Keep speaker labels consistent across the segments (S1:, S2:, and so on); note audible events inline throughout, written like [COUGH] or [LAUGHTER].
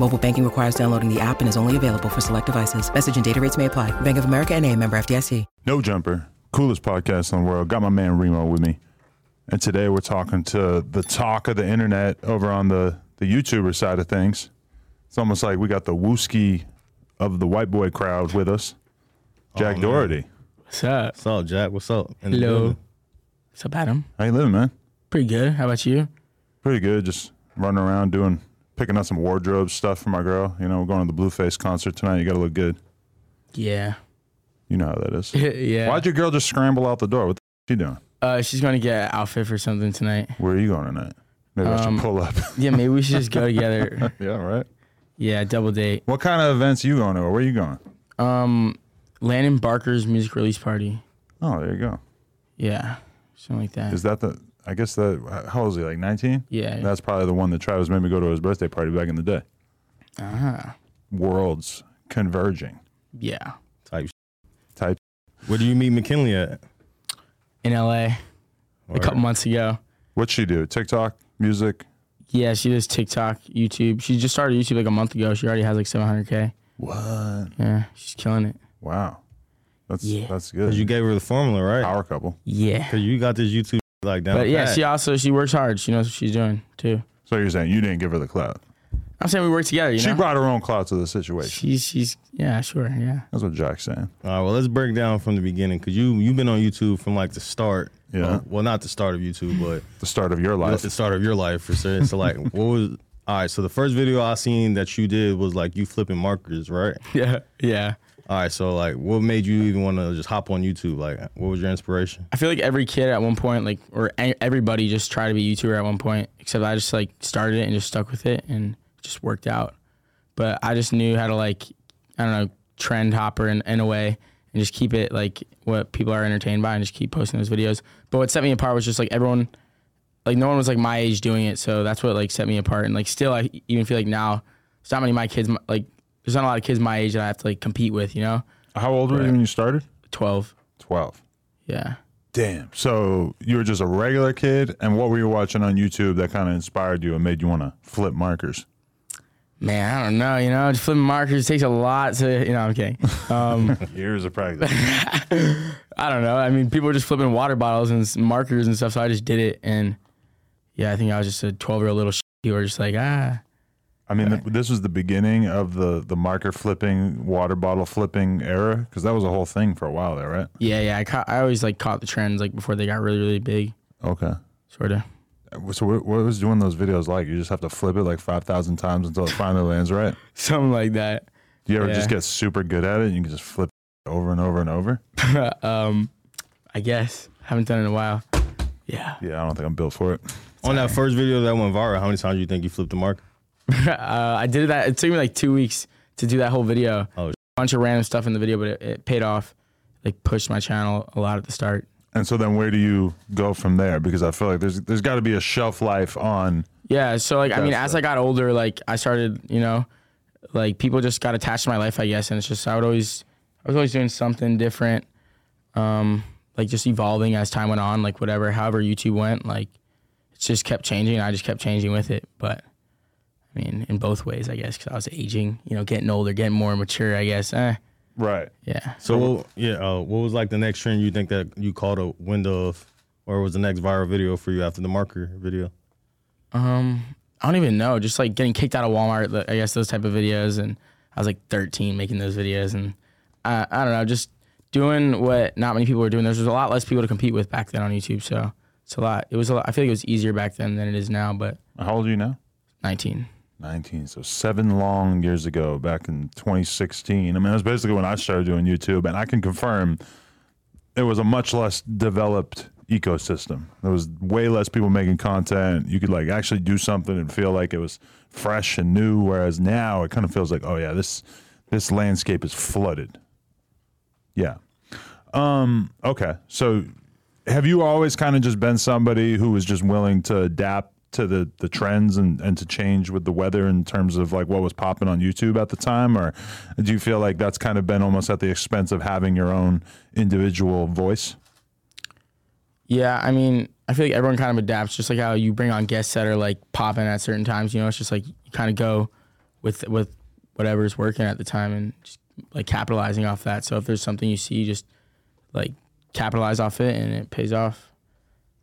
S1: Mobile banking requires downloading the app and is only available for select devices. Message and data rates may apply. Bank of America and a member FDIC.
S2: No Jumper, coolest podcast in the world. Got my man Remo with me. And today we're talking to the talk of the internet over on the, the YouTuber side of things. It's almost like we got the wooski of the white boy crowd with us. Jack Doherty.
S3: What's up?
S4: What's up, Jack? What's up? In the
S3: Hello.
S4: building.
S3: What's up, Adam?
S2: How you living, man?
S3: Pretty good. How about you?
S2: Pretty good. Just running around doing picking up some wardrobe stuff for my girl. You know, we're going to the Blueface concert tonight. You gotta look good.
S3: Yeah.
S2: You know how that is.
S3: [LAUGHS] yeah.
S2: Why'd your girl just scramble out the door? What the f- she doing?
S3: Uh, she's gonna get an outfit for something tonight.
S2: Where are you going tonight? Maybe I should pull up. [LAUGHS]
S3: Yeah, maybe we should just go together.
S2: yeah, right.
S3: [LAUGHS] Yeah, double date.
S2: What kind of events you going to? Or where you going?
S3: Um, Landon Barker's music release party.
S2: Oh, there you go.
S3: Yeah, something like that.
S2: Is that the? I guess that. How old is he? Like nineteen.
S3: Yeah.
S2: That's probably the one that Travis made me go to his birthday party back in the day.
S3: Ah.
S2: Worlds converging.
S3: Yeah.
S2: Type.
S4: Where do you meet McKinley at?
S3: In LA a
S4: Or-
S3: couple months ago.
S2: What'd she do? TikTok music.
S3: Yeah, she does TikTok, YouTube. She just started YouTube like a month ago. She already has like 700k.
S2: What?
S3: Yeah, she's killing it.
S2: Wow. That's
S3: Yeah.
S2: that's
S4: 'Cause
S2: good.
S4: you gave her the formula, right?
S2: Power couple.
S3: Yeah.
S4: Because you got this YouTube like down.
S3: But yeah,
S4: pat.
S3: she also she works hard. She knows what she's doing too.
S2: So you're saying you didn't give her the clout?
S3: I'm saying we work together. You
S2: She
S3: know?
S2: brought her own clout to the situation.
S3: She's she's yeah, sure, yeah.
S2: That's what Jack's saying.
S4: All right, well, let's break down from the beginning because you you've been on YouTube from like the start.
S2: Yeah.
S4: Uh, well, not the start of YouTube, but
S2: The start of your life.
S4: the start of your life for certain.
S2: [LAUGHS]
S4: So like, what was? All right, so the first video I seen that you did was like you flipping markers, right?
S3: [LAUGHS] Yeah, yeah.
S4: All right, so like, what made you even want to just hop on YouTube? Like, what was your inspiration?
S3: I feel like every kid at one point, like, or e- everybody just tried to be a YouTuber at one point, except I just like started it and just stuck with it and it just worked out. But I just knew how to like, I don't know, trend hopper in, in a way and just keep it like what people are entertained by and just keep posting those videos. But what set me apart was just like everyone, like no one was like my age doing it, so that's what like set me apart. And like still, I even feel like now, there's not many of my kids my- like. There's not a lot of kids my age that I have to like compete with, you know.
S2: How old were you when you started?
S3: Twelve,
S2: Twelve.
S3: yeah.
S2: Damn. So you were just a regular kid, and what were you watching on YouTube that kind of inspired you and made you want to flip markers?
S3: Man, I don't know. You know, just flipping markers takes a lot to. You know, I'm
S4: [LAUGHS]
S3: kidding. Um,
S2: Years of practice.
S3: I don't know. I mean, people were just flipping water bottles and s- markers and stuff, so I just did it. And yeah, I think I was just a 12 year old little. Sh- you were just like, ah,
S2: I mean, th- this was the beginning of the the marker flipping, water bottle flipping era, because that was a whole thing for a while there, right?
S3: yeah, yeah. I caught. I always like caught the trends like before they got really, really big,
S2: Okay.
S3: sort of.
S2: So what, what was doing those videos like? You just have to flip it like five thousand times until it finally lands right.
S3: [LAUGHS] Something like that. [LAUGHS]
S2: Do you ever
S3: Yeah.
S2: just get super good at it and you can just flip it over and over and over?
S3: um, I guess haven't done it in a while. Yeah. [LAUGHS]
S2: Yeah, I don't think I'm built for it.
S4: on that first video that went viral, how many times do you think you flipped the marker?
S3: uh, I did that. It took me like two weeks to do that whole video.
S4: Oh,
S3: a
S4: sh-
S3: bunch of random stuff in the video, but it, it paid off. Like pushed my channel a lot at the start.
S2: And so then where do you go from there? Because I feel like there's there's got to be a shelf life on.
S3: Yeah. So like, I mean,
S2: That's
S3: as I got older, like I started, you know, like people just got attached to my life, I guess, and it's just I would always, I was always doing something different, um, like just evolving as time went on, like whatever, however YouTube went, like it just kept changing. and I just kept changing with it, but. I mean, in both ways, I guess, because I was aging, you know, getting older, getting more mature, I guess. Eh,
S2: Right.
S3: yeah.
S4: So what, yeah, uh, what was like the next trend you think that you caught a window of, or was the next viral video for you after the marker video?
S3: Um, I don't even know. Just like getting kicked out of Walmart. like, I guess those type of videos. And I was like 13 making those videos, and I I don't know. Just doing what not many people were doing. There was a lot less people to compete with back then on YouTube, so it's a lot. It was a lot. I feel like it was easier back then than it is now, but
S2: How old are you now?
S3: 19.
S2: 19. So seven long years ago, back in 2016. I mean, that's basically when I started doing YouTube, and I can confirm it was a much less developed ecosystem. There was way less people making content. You could like actually do something and feel like it was fresh and new, whereas now it kind of feels like, oh yeah, this this landscape is flooded. Yeah. Um. Okay. So have you always kind of just been somebody who was just willing to adapt to the the trends and and to change with the weather in terms of like what was popping on YouTube at the time or do you feel like that's kind of been almost at the expense of having your own individual voice?
S3: Yeah, I mean, I feel like everyone kind of adapts, just like how you bring on guests that are like popping at certain times. You know, it's just like you kind of go with with whatever's working at the time and just like capitalizing off that. So if there's something you see, just like capitalize off it and it pays off.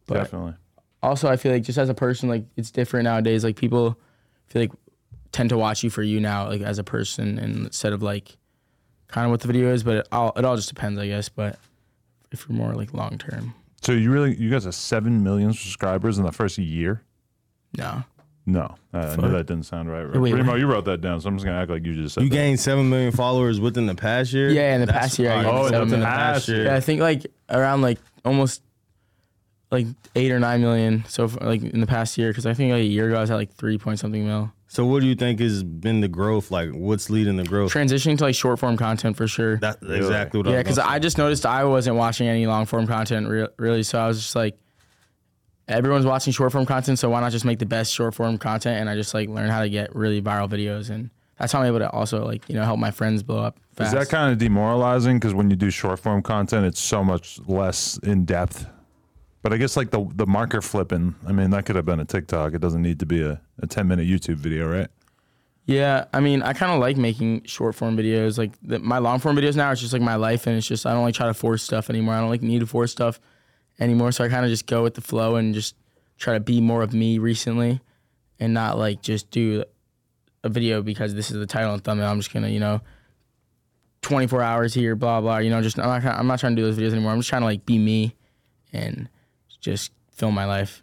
S3: But
S2: Definitely.
S3: also, I feel like just as a person, like it's different nowadays. Like people feel like tend to watch you for you now, like as a person, and instead of like kind of what the video is. But it all it all just depends, I guess. But if you're more like long term,
S2: So you really you guys have 7 million subscribers in the first year?
S3: no.
S2: No. Uh, I knew that didn't sound right.
S3: Wait,
S2: Remo,
S3: what?
S2: you wrote that down, so I'm just going to act like you just said
S4: You
S2: that.
S4: gained seven million followers within the past year.
S3: Yeah, in the
S4: That's
S3: past year, I
S4: fire.
S3: gained
S2: Oh, in the
S3: seven million.
S2: past year.
S3: Yeah, I think like around like almost like eight or nine million. So f- like in the past year, because I think like a year ago I was at like three point something mil.
S4: So what do you think has been the growth? Like, what's leading the growth?
S3: Transitioning to like short form content for sure.
S4: That's exactly what. I
S3: yeah,
S4: was
S3: because
S4: about
S3: I just noticed I wasn't watching any long form content re- really. So I was just like, everyone's watching short form content, so why not just make the best short form content? And I just like learn how to get really viral videos, and that's how I'm able to also like you know help my friends blow up.
S2: Is
S3: Fast.
S2: that kind of demoralizing? Because when you do short form content, it's so much less in depth. But I guess like the the marker flipping. I mean, that could have been a TikTok. It doesn't need to be a, a ten minute YouTube video, right?
S3: Yeah, I mean, I kind of like making short form videos. Like the, my long form videos now, it's just like my life, and it's just I don't like try to force stuff anymore. I don't like need to force stuff anymore. So I kind of just go with the flow and just try to be more of me recently, and not like just do a video because this is the title and thumbnail. I'm just gonna you know, 24 hours here, blah blah. You know, just I'm not kinda- I'm not trying to do those videos anymore. I'm just trying to like be me, and just film my life.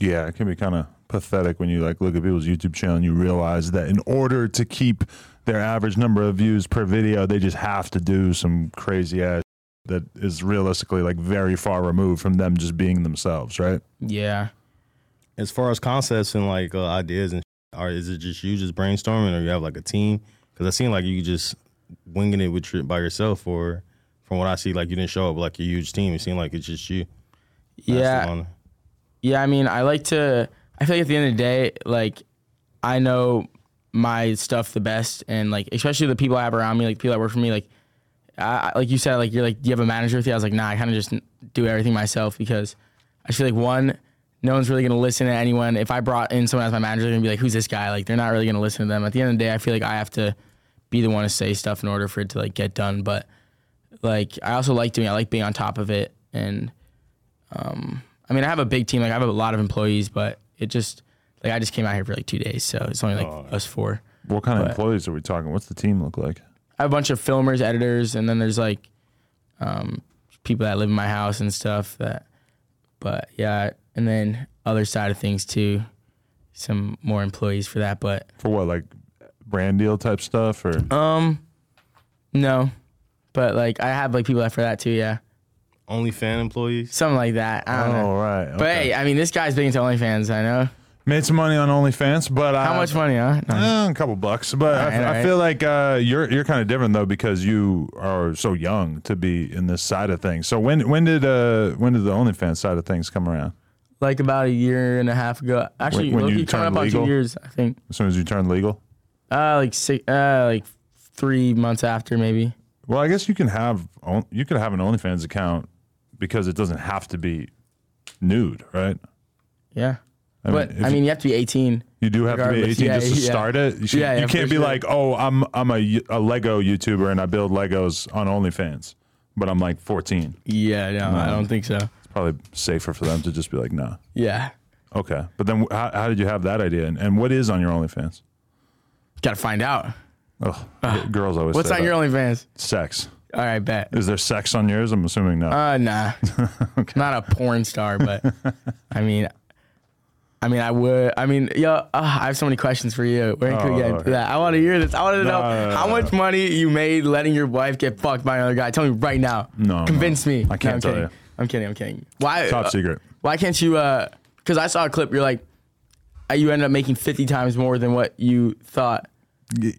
S2: Yeah, it can be kind of pathetic when you like look at people's YouTube channel and you realize that in order to keep their average number of views per video, they just have to do some crazy ass that is realistically like very far removed from them just being themselves, right?
S3: Yeah.
S4: it. As far as concepts and like uh, ideas and, shit, are is it just you just brainstorming, or you have like a team? Because I seem like you just winging it with your, by yourself, or from what I see, like you didn't show up with, like a huge team. It seemed like it's just you. That's the
S3: Yeah.
S4: one.
S3: Yeah, I mean, I like to. I feel like at the end of the day, like I know my stuff the best, and like especially the people I have around me, like people that work for me, like I, I- like you said, like you're like, do you have a manager with you? I was like, nah, I kind of just do everything myself because I feel like one, no one's really gonna listen to anyone. If I brought in someone as my manager, they're gonna be like, who's this guy? Like they're not really gonna listen to them. At the end of the day, I feel like I have to be the one to say stuff in order for it to like get done. But like I also like doing, it. I like being on top of it, and um, I mean, I have a big team. Like I have a lot of employees, but it just like I just came out here for like two days, so it's only like
S2: Oh,
S3: us four.
S2: What kind of employees are we talking? What's the team look like?
S3: I have a bunch of filmers, editors, and then there's like um, people that live in my house and stuff. That, but yeah, and then other side of things too, some more employees for that. But
S2: For what, like brand deal type stuff or
S3: um, no, but like I have like people that for that too. Yeah,
S4: Only fan employees.
S3: something like that. I don't know.
S2: Oh, right.
S3: But
S2: okay.
S3: hey, I mean, this guy's big into OnlyFans. I know
S2: made some money on OnlyFans, but
S3: how
S2: I,
S3: much money, huh? No,
S2: Eh, a couple bucks, but I,
S3: All right, all
S2: I feel like uh, you're you're kind of different though because you are so young to be in this side of things. So when when did uh, when did the OnlyFans side of things come around?
S3: like about a year and a half ago. Actually,
S2: when
S3: low-key
S2: you
S3: coming
S2: turned
S3: up
S2: legal?
S3: on two years, I think.
S2: As soon as you turned legal.
S3: Uh, like six, uh, like three months after, maybe.
S2: Well, I guess you can have on- you could have an OnlyFans account because it doesn't have to be nude, right?
S3: Yeah.
S2: I
S3: but
S2: mean, if
S3: I
S2: you-
S3: mean, you have to be 18.
S2: You do have to be
S3: Regardless,
S2: 18
S3: yeah,
S2: just to
S3: yeah.
S2: start it. You, should-
S3: Yeah, yeah,
S2: you can't
S3: for
S2: be
S3: sure.
S2: like, oh, I'm I'm a, a Lego YouTuber and I build Legos on OnlyFans, but I'm like 14.
S3: Yeah, no, I don't think so.
S2: It's probably safer for them to just be like, nah.
S3: Yeah.
S2: Okay, but then wh- how, how did you have that idea? And, and what is on your OnlyFans?
S3: Got to find out.
S2: Oh, girls always.
S3: Uh, What's
S2: say
S3: on your
S2: that.
S3: OnlyFans?
S2: sex?
S3: All right, bet.
S2: Is there sex on yours? I'm assuming no.
S3: Uh, nah,
S2: [LAUGHS]
S3: not a porn star, but I mean, I mean, I would. I mean, yo, uh, I have so many questions for you. We're gonna
S2: Oh,
S3: get into
S2: okay.
S3: that. I want to hear this. I want to
S2: No,
S3: know
S2: no, no,
S3: how
S2: no,
S3: much money you made letting your wife get fucked by another guy. Tell me right now.
S2: No,
S3: convince
S2: no.
S3: me.
S2: I
S3: No,
S2: can't
S3: I'm
S2: tell
S3: kidding.
S2: you.
S3: I'm kidding. I'm kidding. Why?
S2: Top
S3: uh,
S2: secret.
S3: Why can't you? uh 'cause Because I saw a clip. You're like, uh, you ended up making 50 times more than what you thought.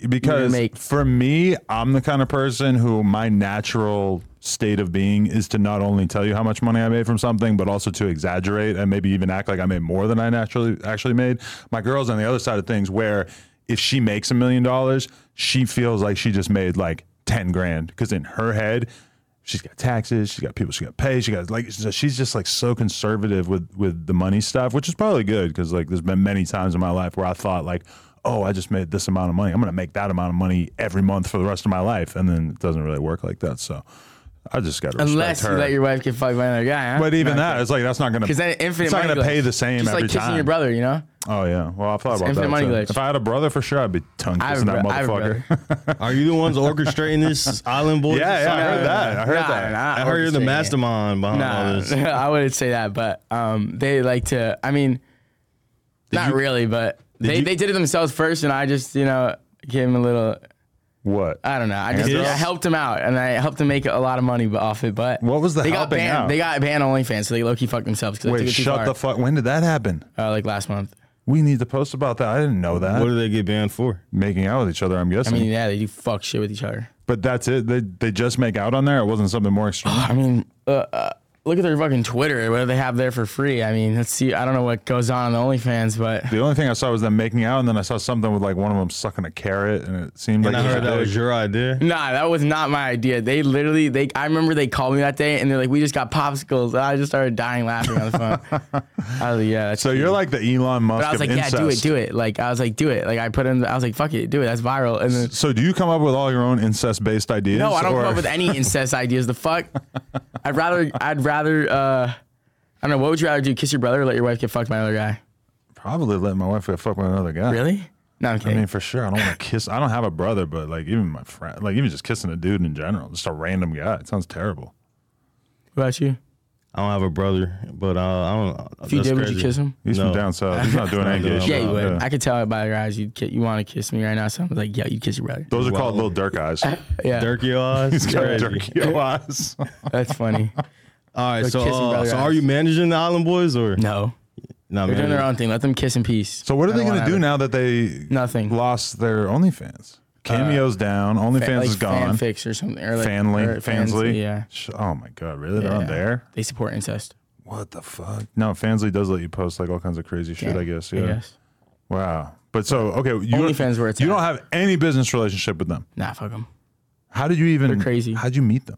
S2: because
S3: make-
S2: for me, I'm the kind of person who my natural state of being is to not only tell you how much money I made from something, but also to exaggerate and maybe even act like I made more than I naturally actually made. My girl's on the other side of things where if she makes a million dollars, she feels like she just made like 10 grand because in her head, she's got taxes, she's got people she got to pay, she got like so she's just like so conservative with with the money stuff, which is probably good because like there's been many times in my life where I thought like, oh, I just made this amount of money, I'm gonna make that amount of money every month for the rest of my life, and then it doesn't really work like that. So I just got to
S3: Unless you
S2: her.
S3: let your wife get fucked by another guy. Huh?
S2: but even that, it's like that's not gonna
S3: Because then infinite
S2: it's not
S3: money
S2: gonna pay
S3: goes.
S2: the same
S3: Just
S2: every
S3: like kissing
S2: time.
S3: your brother, you know?
S2: Oh yeah, well I thought about
S3: infinite
S2: that.
S3: money
S2: too.
S3: glitch.
S2: If I had a brother for sure, I'd be tongue
S3: I have
S2: kissing
S3: a
S2: that
S3: bro- I have a
S2: motherfucker.
S4: Are you the ones orchestrating this Island
S2: [LAUGHS]
S4: Boys?
S2: yeah, yeah, I
S3: No, no,
S2: heard that.
S3: no.
S2: I heard
S3: Nah,
S2: that.
S3: nah,
S4: I heard you're the
S3: orchestrating it.
S4: mastermind behind all this.
S3: Nah, [LAUGHS] I wouldn't say that, but um, they like to. I mean, not really, but they,
S4: you-
S3: they did it themselves first, and I just you know gave him a little.
S2: What?
S3: I don't know. I just
S4: Handouts?
S3: I helped him out, and I helped him make a lot of money b- off it. But
S2: What was the
S3: they got
S2: helping
S3: banned?
S2: out?
S3: They got banned on OnlyFans, so they low key fucked themselves. 'cause they
S2: Wait,
S3: took it too
S2: shut
S3: far,
S2: the fuck. When did that happen?
S3: uh, like last month.
S2: We need to post about that. I didn't know that.
S4: What do they get banned for?
S2: Making out with each other, I'm
S3: I
S2: guessing.
S3: mean, yeah, they do fuck shit with each other.
S2: but that's it. They they just make out on there. It wasn't something more extreme.
S3: I mean, uh, uh, look at their fucking Twitter. What do they have there for free? I mean, let's see. I don't know what goes on on the OnlyFans, but
S2: the only thing I saw was them making out, and then I saw something with like one of them sucking a carrot, and it seemed
S4: And
S2: like
S4: I
S2: it
S4: heard that
S2: big.
S4: was your idea.
S3: Nah, that was not my idea. They literally, they. I remember they called me that day, and they're like, "We just got popsicles." And I just started dying laughing on the phone. I was like, "Yeah." That's
S2: So you're like the Elon Musk
S3: But I was
S2: of
S3: like,
S2: incest.
S3: "Yeah, do it, do it." Like I was like, "Do it." Like I put in. I was like, "Fuck it, do it." That's viral. And then
S2: So do you come up with all your own incest-based ideas?
S3: no, I don't
S2: or-
S3: come up with any incest ideas. The fuck. I'd rather. I'd rather. uh I don't know. What would you rather do? Kiss your brother or let your wife get fucked by another guy?
S2: Probably let my wife get fucked with another guy.
S3: Really? No, I'm
S2: I
S3: kidding.
S2: mean, for sure. I don't want to kiss. I don't have a brother, but like even my friend, like even just kissing a dude in general, just a random guy. It sounds terrible.
S3: what about you?
S4: I don't have a brother, but uh, I don't.
S3: If you
S4: that's
S3: did, would you
S4: crazy.
S3: kiss him?
S2: He's
S4: No.
S2: from down south. He's not
S3: [LAUGHS]
S2: doing any gay
S3: Yeah,
S2: shit.
S3: you would. I could tell it by your eyes. You you want to kiss me right now? So I'm like, "Yeah, you kiss your brother."
S2: Those are called little Dirk eyes.
S3: [LAUGHS] Yeah,
S4: Dirty
S2: [LAUGHS]
S4: eyes.
S2: He's got
S4: Crazy. [LAUGHS]
S2: Dirk yellow eyes.
S3: that's funny.
S4: All right, uh, so,
S3: kissing
S4: uh,
S3: brother
S4: so
S3: eyes.
S4: are you managing the Island Boys or
S3: No.
S4: not?
S3: They're doing their
S4: managing?
S3: own thing. Let them kiss in peace.
S2: So what are
S3: I
S2: they
S3: don't
S2: going to
S3: wanna
S2: do
S3: have
S2: now that they
S3: Nothing.
S2: lost their OnlyFans? Cameo's down.
S3: a-
S2: OnlyFans
S3: like
S2: is gone.
S3: Fanfics or something. Or like,
S2: Fanly,
S3: or
S2: Fansley.
S3: Yeah.
S2: Sh- Oh my god, really? They're
S3: Yeah.
S2: on there.
S3: They support incest.
S2: What the fuck? No, Fansley does let you post like all kinds of crazy shit.
S3: Yeah,
S2: I guess. Yeah. Wow. But so okay, you
S3: OnlyFans where it's
S2: you
S3: at.
S2: don't have any business relationship with them.
S3: Nah, fuck them.
S2: How did you even?
S3: They're crazy.
S2: How'd you meet them?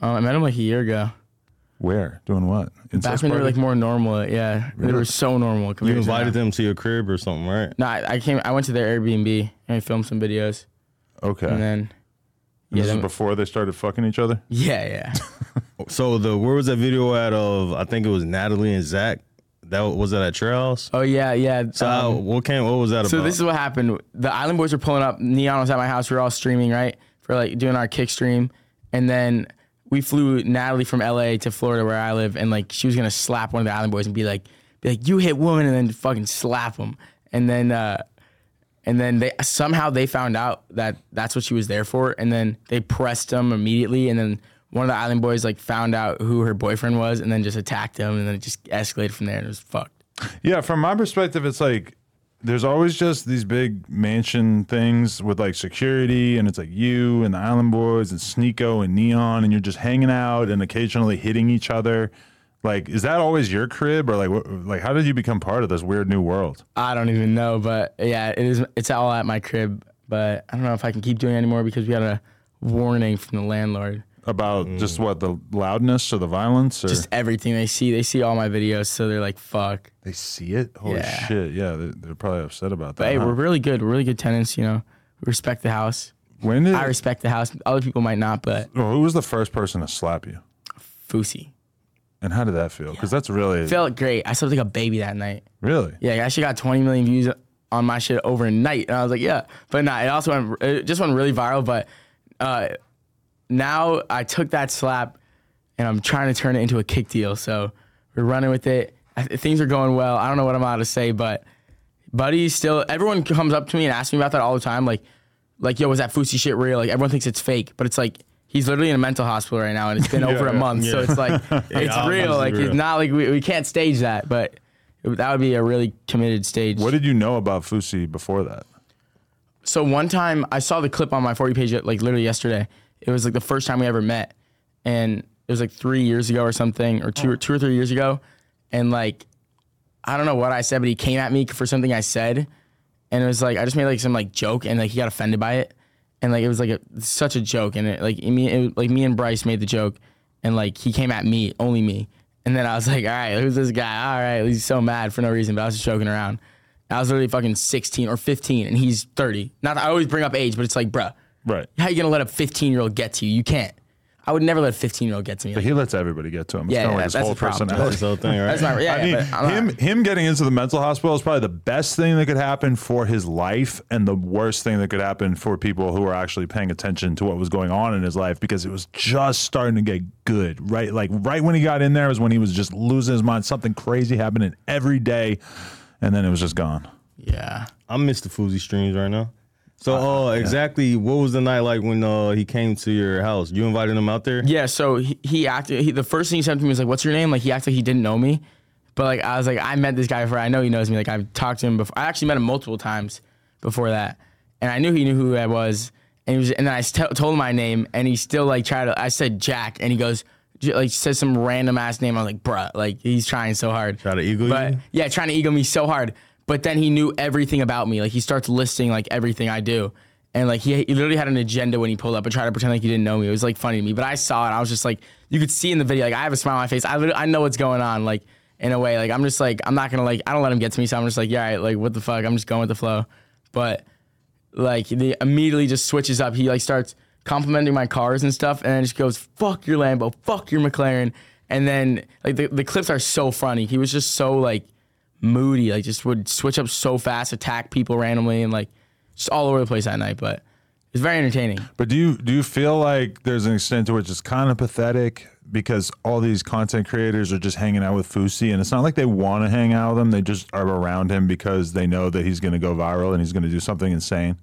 S3: Um, I met them like a year ago.
S2: Where? Doing what?
S3: Back
S2: Incest
S3: when they were
S2: party?
S3: like more normal. Yeah. They were so normal.
S4: You invited them to your crib or something, right?
S3: No, I I came. I went to their Airbnb and I filmed some videos.
S2: okay.
S3: And then, yeah,
S2: this is
S3: then-
S2: before they started fucking each other.
S3: yeah, yeah.
S4: So the where was that video at of? I think it was Natalie and Zach. That was that at your house.
S3: Oh
S2: [LAUGHS]
S3: yeah, yeah.
S4: So I-
S3: um,
S4: what came? What was that
S3: So
S4: about?
S3: this is what happened. The Island Boys were pulling up. Neon was at my house. We were all streaming, right? For like doing our kick stream. And then we flew Natalie from LA to Florida where I live. And like she was gonna slap one of the Island Boys and be like, be like, you hit woman and then fucking slap him. And then uh and then they somehow they found out that that's what she was there for. And then they pressed him immediately. And then one of the Island Boys like found out who her boyfriend was and then just attacked him. And then it just escalated from there and it was fucked.
S2: Yeah, from my perspective, it's like there's always just these big mansion things with like security, and it's like you and the Island Boys and Sneeko and Neon, and you're just hanging out and occasionally hitting each other. Like, is that always your crib, or like, what, like how did you become part of this weird new world?
S3: I don't even know, but yeah, it is. It's all at my crib, but I don't know if I can keep doing it anymore because we got a warning from the landlord.
S2: About just what the loudness or the violence, or
S3: Just everything they see, they see all my videos, so they're like, "Fuck."
S2: they see it. Holy
S3: Yeah.
S2: shit! Yeah, they're, they're probably upset about that.
S3: But hey,
S2: huh?
S3: we're really good. We're really good tenants. You know, we respect the house.
S2: when did
S3: I respect the house. Other people might not, but
S2: well, who was the first person to slap you,
S3: Fusi
S2: and how did that feel? Because that's really
S3: felt great. I slept like a baby that night.
S2: really
S3: Yeah, I actually got 20 million views on my shit overnight, and I was like, yeah. But nah, it also went, it just went really viral. But uh, now I took that slap and I'm trying to turn it into a kick deal. So we're running with it. I, th- things are going well. I don't know what I'm allowed to say, but Buddy still. Everyone comes up to me and asks me about that all the time. Like, like yo, was that Fusi shit real? Like everyone thinks it's fake, but it's like he's literally in a mental hospital right now, and it's been over
S2: [LAUGHS]
S3: a
S2: yeah,
S3: month. So it's like it's
S4: obviously
S3: real. Like
S4: real.
S3: it's not like we, we can't stage that, but it- that would be a really committed stage.
S2: What did you know about Fusi before that?
S3: So one time I saw the clip on my 40 page like literally yesterday. It was like the first time we ever met, and it was like three years ago or something, or two or two or three years ago, and like I don't know what I said, but he came at me for something I said, and it was like I just made like some like joke, and like he got offended by it, and like it was like a, such a joke, and it, like me it, like me and Bryce made the joke, and like he came at me only me, and then I was like, all right, who's this guy? All right, he's so mad for no reason, but I was just joking around. I was literally fucking 16 or 15, and he's 30. Not that I always bring up age, but it's like, bruh,
S2: Right.
S3: how you gonna let a 15 year old get to you? You can't. I would never let a 15 year old get to me.
S2: But he lets everybody get to him. It's
S3: Yeah,
S2: kinda
S3: yeah,
S2: like his
S3: that's
S2: whole
S3: the problem.
S2: personality.
S4: That's the whole
S3: [LAUGHS]
S4: thing, right?
S3: that's my yeah.
S2: I mean,
S3: but I'm not-
S2: him him getting into the mental hospital is probably the best thing that could happen for his life, and the worst thing that could happen for people who are actually paying attention to what was going on in his life because it was just starting to get good. Right, like right when he got in there was when he was just losing his mind. Something crazy happening every day, and then it was just gone.
S3: yeah.
S4: I miss the Fousey streams right now. So uh, exactly, what was the night like when uh, he came to your house? You invited him out there.
S3: Yeah, so he, he acted. He, the first thing he said to me was like, "What's your name?" Like he acted like he didn't know me, but like I was like, "I met this guy before. I know he knows me. Like I've talked to him before. I actually met him multiple times before that, and I knew he knew who I was. And he was, and then I st- told him my name, and he still like tried to. I said Jack, and he goes j- like says some random ass name. I was like, "Bruh, like he's trying so hard."
S4: Try to eagle
S3: but
S4: you?
S3: yeah, trying to ego me so hard. But then he knew everything about me. Like he starts listing like everything I do, and like he, he literally had an agenda when he pulled up and tried to pretend like he didn't know me. It was like funny to me, but I saw it. I was just like, you could see in the video, like I have a smile on my face. I literally, I know what's going on. Like in a way, like I'm just like I'm not gonna like I don't let him get to me, so I'm just like yeah, all right, like what the fuck? I'm just going with the flow. But like he immediately just switches up. He like starts complimenting my cars and stuff, and then just goes "fuck your Lambo, fuck your McLaren," and then like the, the clips are so funny. He was just so like moody, like just would switch up so fast, attack people randomly, and like just all over the place that night. But it's very entertaining.
S2: But do you do you feel like there's an extent to which it's kind of pathetic because all these content creators are just hanging out with Fusi and it's not like they want to hang out with him, they just are around him because they know that he's going to go viral and he's going to do something insane.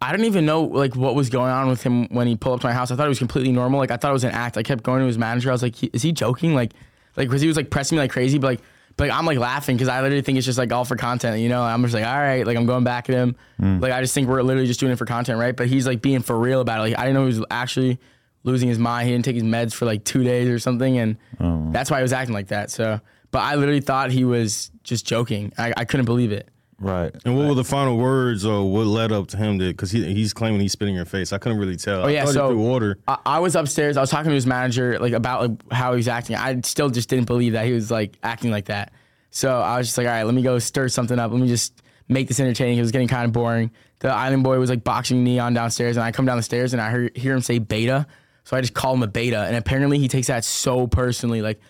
S3: I didn't even know like what was going on with him when he pulled up to my house. I thought it was completely normal. Like I thought it was an act. I kept going to his manager. I was like, "He- is he joking? Like, like because he was like pressing me like crazy, but like, but like, I'm like laughing because I literally think it's just like all for content. You know, I'm just like, all right, like I'm going back at him. Like I just think we're literally just doing it for content, right? But he's like being for real about it. Like I didn't know he was actually losing his mind. He didn't take his meds for like two days or something, and that's why he was acting like that. So, but I literally thought he was just joking. I, I couldn't believe it.
S2: Right.
S4: And what were the final words or what led up to him? Because he, he's claiming he's spitting in your face. I couldn't really tell. Oh
S3: yeah,
S4: I thought
S3: so-
S4: he threw water.
S3: I, I was upstairs. I was talking to his manager like about like how he was acting. I still just didn't believe that he was like acting like that. So I was just like, all right, let me go stir something up. Let me just make this entertaining. It was getting kind of boring. The island boy was like boxing neon downstairs, and I come down the stairs and I hear, hear him say beta. So I just call him a beta, and apparently he takes that so personally. Like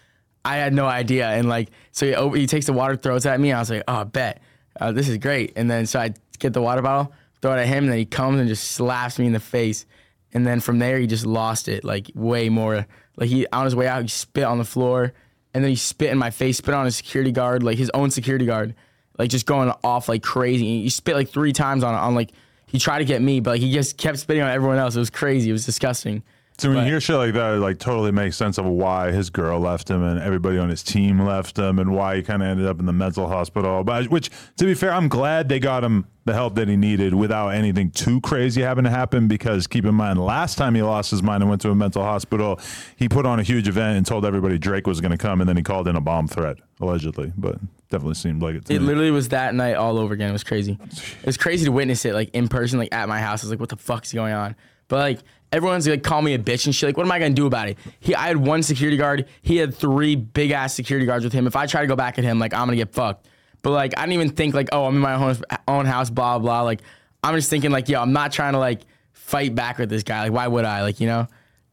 S3: I had no idea, and like so he, op- he takes the water, throws it at me. And I was like, oh, bet uh, this is great. And then so I get the water bottle, throw it at him, and then he comes and just slaps me in the face. And then from there, he just lost it like way more. Like he on his way out, he spit on the floor, and then he spit in my face, spit on his security guard, like his own security guard, like just going off like crazy. He spit like three times on on like he tried to get me, but he just kept spitting on everyone else. It was crazy. It was disgusting.
S2: So when you hear shit like that, it like totally makes sense of why his girl left him and everybody on his team left him and why he kind of ended up in the mental hospital. But which, to be fair, I'm glad they got him the help that he needed without anything too crazy having to happen. Because keep in mind, last time he lost his mind and went to a mental hospital, he put on a huge event and told everybody Drake was going to come, and then he called in a bomb threat allegedly. But definitely seemed like it. To
S3: It
S2: me.
S3: literally was that night all over again. It was crazy. It was crazy to witness it like in person, like at my house. I was like, what the fuck's going on? But like everyone's like call me a bitch and shit. Like, what am I gonna do about it? He I had one security guard, he had three big ass security guards with him. If I try to go back at him, like I'm gonna get fucked. But like I didn't even think like, oh, I'm in my own own house, blah blah. Like I'm just thinking like, yo, I'm not trying to like fight back with this guy. Like, why would I? Like, you know?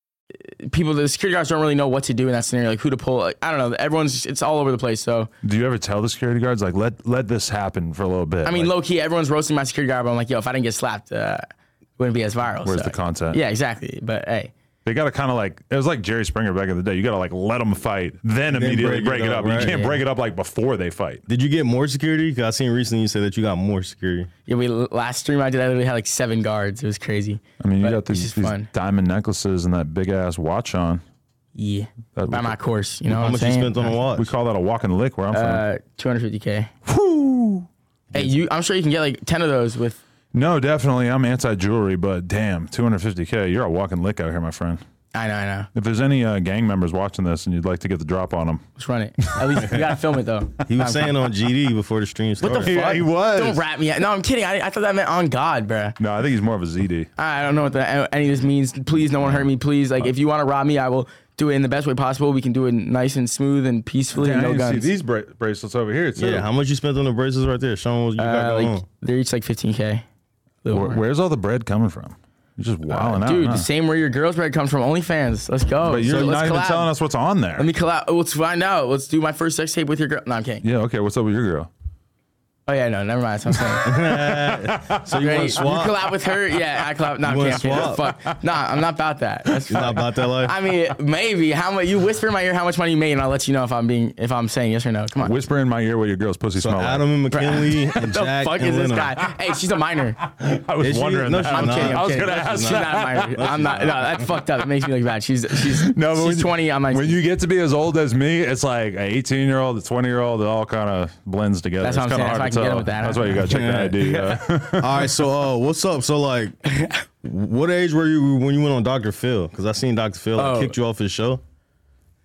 S3: people, the security guards don't really know what to do in that scenario, like who to pull. Like, I don't know. Everyone's it's all over the place. So
S2: Do you ever tell the security guards like let let this happen for a little bit?
S3: I mean,
S2: like,
S3: low key, everyone's roasting my security guard, but I'm like, yo, if I didn't get slapped, uh, it wouldn't be as viral.
S2: where's
S3: so-
S2: the content?
S3: Yeah, exactly. But hey,
S2: they got to kind of like it was like Jerry Springer back in the day. You got to like let them fight, then, immediately break, it up.
S4: right?
S2: You can't
S4: Yeah.
S2: break it up like before they fight.
S4: Did you get more security? Because I seen recently you said that you got more security.
S3: yeah, we last stream I did, I literally had like seven guards. It was crazy.
S2: I mean, you
S3: But
S2: got
S3: it's
S2: these,
S3: just
S2: these
S3: fun.
S2: diamond necklaces and that big ass watch on.
S3: Yeah,
S2: That
S3: by
S2: we-
S3: my course, you know.
S4: How
S3: what I'm
S4: much you
S3: saying?
S4: spent on a watch?
S2: We call that a walking lick where I'm from.
S3: Uh, 250k. Hey, you, I'm sure you can get like 10 of those with.
S2: No, definitely. I'm anti jewelry, but damn, 250K. You're a walking lick out here, my friend.
S3: I know, I know.
S2: If there's any uh, gang members watching this and you'd like to get the drop on them,
S3: Let's run it. At least we gotta film
S2: [LAUGHS]
S3: it though.
S4: He was saying on
S3: [LAUGHS]
S4: GD before the stream started.
S3: What the fuck?
S2: he was.
S3: Don't rap me. No, I'm kidding. I, I thought that meant on God, bruh.
S2: no, I think he's more of a ZD.
S3: I don't know what the, uh, any of this means. Please, no one hurt me. Please,
S2: Uh,
S3: like if you want to rob me, I will do it in the best way possible. We can do it nice and smooth and peacefully.
S2: Damn,
S3: and no
S2: I didn't
S3: guns.
S2: see these bra- bracelets over here too.
S4: Yeah, how much you spent on the braces right there? Sean, what you got
S3: Uh,
S4: going
S3: like
S4: on?
S3: they're each like 15k. Little
S2: Where,
S3: more.
S2: where's all the bread coming from? You're just wilding out,
S3: Uh, Dude,
S2: huh?
S3: the same where your girls' bread comes from. OnlyFans. Let's go.
S2: Oh, But you're not
S3: So let's
S2: even
S3: collab.
S2: telling us what's on there.
S3: Let me collab. oh, Let's find out. Let's do my first sex tape with your girl. No, I'm kidding.
S2: yeah, okay. What's up with your girl?
S3: Oh yeah, no, never mind. That's what
S2: [LAUGHS]
S3: I'm saying.
S4: So you
S3: Ready?
S4: want
S3: You
S4: to swap?
S3: collab with her? Yeah, I collab. No, I'm
S4: You wanna
S3: kidding. I'm kidding.
S4: swap?
S3: Fuck. Nah, I'm not about that.
S2: [LAUGHS]
S3: That's
S4: You're not
S3: fuck.
S4: about that life?
S3: [LAUGHS] I mean, maybe how much you whisper in my ear how much money you made, and I'll let you know if I'm being if I'm saying yes or no. Come on.
S2: Whisper in my ear what your girl's pussy
S4: so
S2: smells
S4: Adam
S3: [LAUGHS]
S4: and McKinley and
S3: the
S4: Jack
S3: fuck
S4: and
S3: is this
S4: Leno.
S3: guy? Hey, she's a minor.
S2: like. [LAUGHS] I was
S4: Is she-
S2: wondering
S4: no,
S2: that.
S4: she's
S3: I'm
S4: not.
S3: kidding. I'm
S2: I was
S3: kidding.
S2: gonna ask
S3: [LAUGHS] she's
S2: you
S3: not
S2: [LAUGHS]
S3: minor. I'm not. No, that's fucked up. It makes me look bad. She's she's
S2: No, but
S3: she's
S2: when you-
S3: 20. I'm like
S2: when you get to be as old as me, it's like an 18 year old, a 20 year old, it all kind of blends together.
S3: That's
S2: it's
S3: what I'm
S2: kinda
S3: saying. That's
S2: hard to
S3: why I can get
S2: tell.
S3: with that.
S2: That's why you got to
S3: [LAUGHS]
S2: check the ID. yeah.
S4: All right, so uh, what's up? So like, what age were you when you went on Dr. Phil? Because I seen Dr. Phil like,
S3: Oh.
S4: kicked you off his show.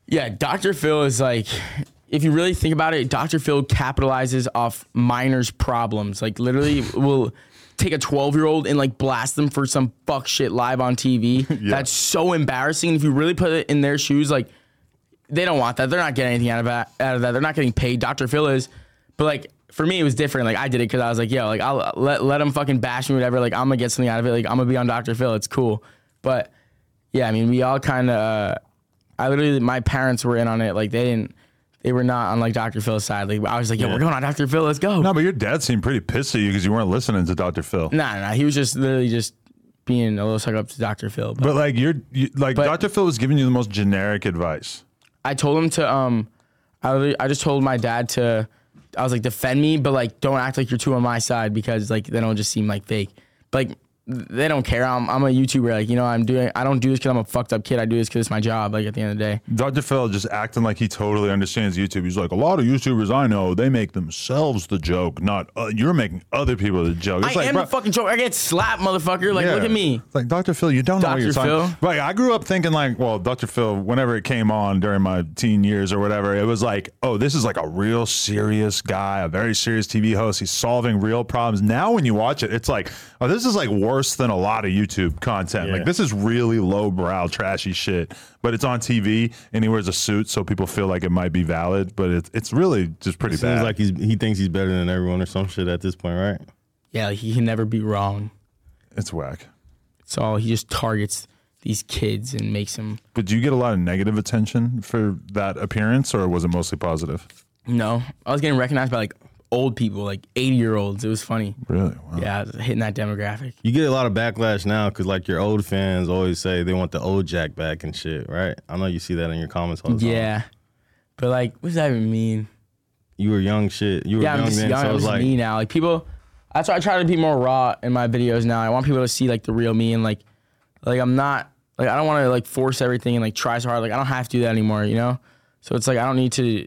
S3: Yeah, Dr. Phil is like, if you really think about it, Dr. Phil capitalizes off minors' problems. Like, literally, will take a 12 year old and like blast them for some fuck shit live on TV. That's so embarrassing. If you really put it in their shoes, like, they don't want that. They're not getting anything out of that. Out of that. They're not getting paid. Dr. Phil is, but like for me, it was different. Like I did it because I was like, yo, like I'll let let them fucking bash me, whatever. Like I'm gonna get something out of it. Like I'm gonna be on Dr. Phil. It's cool. But yeah, I mean, we all kind of. Uh, I literally, my parents were in on it. Like they didn't. They were not on like Dr. Phil's side. Like I was like, yo, we're going on Dr. Phil. Let's go.
S2: no, but your dad seemed pretty pissed at you because you weren't listening to Dr. Phil.
S3: Nah, nah. He was just literally just being a little suck up to Dr. Phil. But,
S2: But like you're you, like
S3: But-
S2: Dr. Phil was giving you the most generic advice.
S3: I told him to um, I literally- I just told my dad to, I was like defend me, but like don't act like you're too on my side because like then it'll just seem like fake. But, like they don't care. I'm I'm a YouTuber. Like you know I'm doing. I don't do this because I'm a fucked up kid. I do this because it's my job. Like at the end of the day.
S2: Dr. Phil just acting like he totally understands YouTube. He's like, a lot of YouTubers I know, they make themselves the joke, not uh, you're making other people the joke. It's
S3: I
S2: like,
S3: am
S2: bro-
S3: the fucking joke. I get slapped, motherfucker. Like
S2: Yeah.
S3: look at me.
S2: It's like Dr. Phil, you don't know what
S3: Dr.
S2: you're talking.
S3: Phil.
S2: Right, I grew up thinking like, well, Dr. Phil, whenever it came on during my teen years or whatever, it was like, oh, this is like a real serious guy, a very serious TV host. He's solving real problems. Now when you watch it, it's like, oh, this is like worse than a lot of YouTube content. Like this is really lowbrow, trashy shit. But it's on TV and he wears a suit, so people feel like it might be valid. But it's it's really just pretty
S4: Seems
S2: bad.
S4: like he's he thinks he's better than everyone or some shit at this point, right?
S3: Yeah, like, he can never be wrong.
S2: It's whack.
S3: It's all he just targets these kids and makes them.
S2: But do you get a lot of negative attention for that appearance, or was it mostly positive?
S3: No, I was getting recognized by like old people, like eighty year olds. It was funny.
S2: Really? Wow.
S3: Yeah, I was hitting that demographic.
S4: You get a lot of backlash now because like your old fans always say they want the old Jack back and shit, right? I know you see that in your comments all the time.
S3: Yeah, but like, what does that even mean?
S4: you were young shit. You were
S3: Yeah,
S4: young
S3: I'm just
S4: then,
S3: young.
S4: so
S3: it
S4: I was
S3: was
S4: like,
S3: me now. Like people, I try, I try to be more raw in my videos now. I want people to see like the real me and like, like I'm not like I don't want to like force everything and like try so hard. Like I don't have to do that anymore. You know, so it's like I don't need to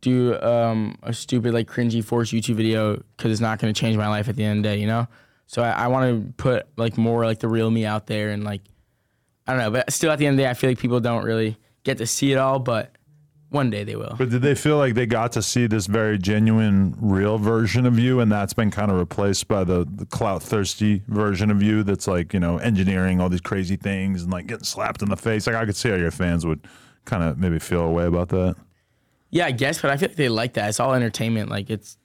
S3: do um a stupid like cringy forced YouTube video because it's not going to change my life at the end of the day. You know, so I, I want to put like more like the real me out there and like I don't know, but still at the end of the day, I feel like people don't really get to see it all, but one day they will.
S2: But did they feel like they got to see this very genuine, real version of you, and that's been kind of replaced by the, the clout thirsty version of you that's like, you know, engineering all these crazy things and like getting slapped in the face? Like, I could see how your fans would kind of maybe feel a way about that.
S3: Yeah, I guess, but I feel like they like that. It's all entertainment. Like it's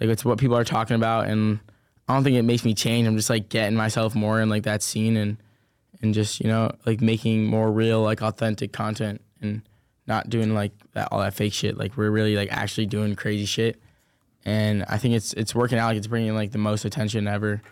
S3: like it's what people are talking about and I don't think it makes me change. I'm just like getting myself more in like that scene and and just, you know, like making more real, like authentic content and not doing like that all that fake shit. Like we're really like actually doing crazy shit. And I think it's it's working out. Like it's bringing like the most attention ever.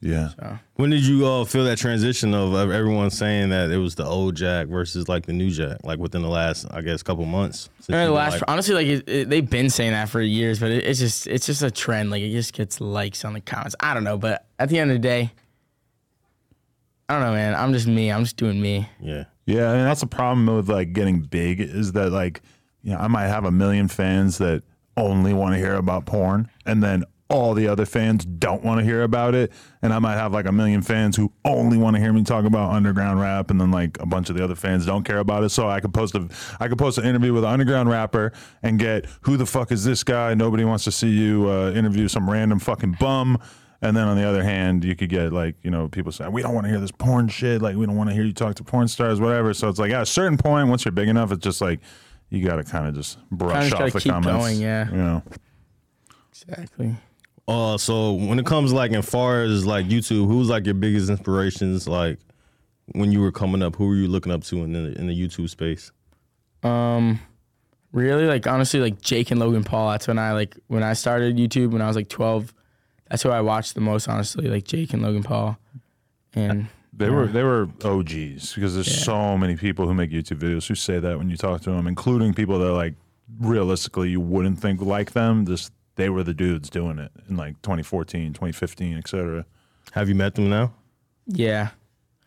S2: Yeah.
S4: when did you uh, feel that transition of of everyone saying that it was the old Jack versus like the new Jack? Like within the last, I guess, couple months. since
S3: I mean,
S4: you've
S3: the
S4: been,
S3: last,
S4: like-
S3: honestly, like it, it, they've been saying that for years, but it, it's just it's just a trend. Like it just gets likes on the comments. I don't know, but at the end of the day, I don't know, man. I'm just me. I'm just doing me.
S4: yeah.
S2: Yeah, and that's the problem with like getting big is that like, you know, I might have a million fans that only want to hear about porn, and then all the other fans don't want to hear about it, and I might have like a million fans who only want to hear me talk about underground rap, and then like a bunch of the other fans don't care about it. So I could post a, I could post an interview with an underground rapper and get who the fuck is this guy? Nobody wants to see you uh, interview some random fucking bum. And then on the other hand, you could get like, you know, people saying, we don't want to hear this porn shit. Like, we don't want to hear you talk to porn stars, whatever. So it's like, at a certain point, once you're big enough, it's just like, you got to kind of just brush
S3: Kinda just
S2: off
S3: gotta
S2: the
S3: keep
S2: comments.
S3: going, yeah.
S2: You know,
S3: Exactly.
S4: Uh, so when it comes like as far as like YouTube, who's like your biggest inspirations? Like when you were coming up, who were you looking up to in the in the YouTube space?
S3: Um, really, like honestly, like Jake and Logan Paul. That's when I like when I started YouTube when I was like 12. That's who I watched the most, honestly. Like Jake and Logan Paul, and
S2: they were they were OGs because there's so many people who make YouTube videos who say that when you talk to them, including people that like realistically you wouldn't think like them. Just they were the dudes doing it in like 2014, 2015, et cetera.
S4: Have you met them now?
S3: yeah,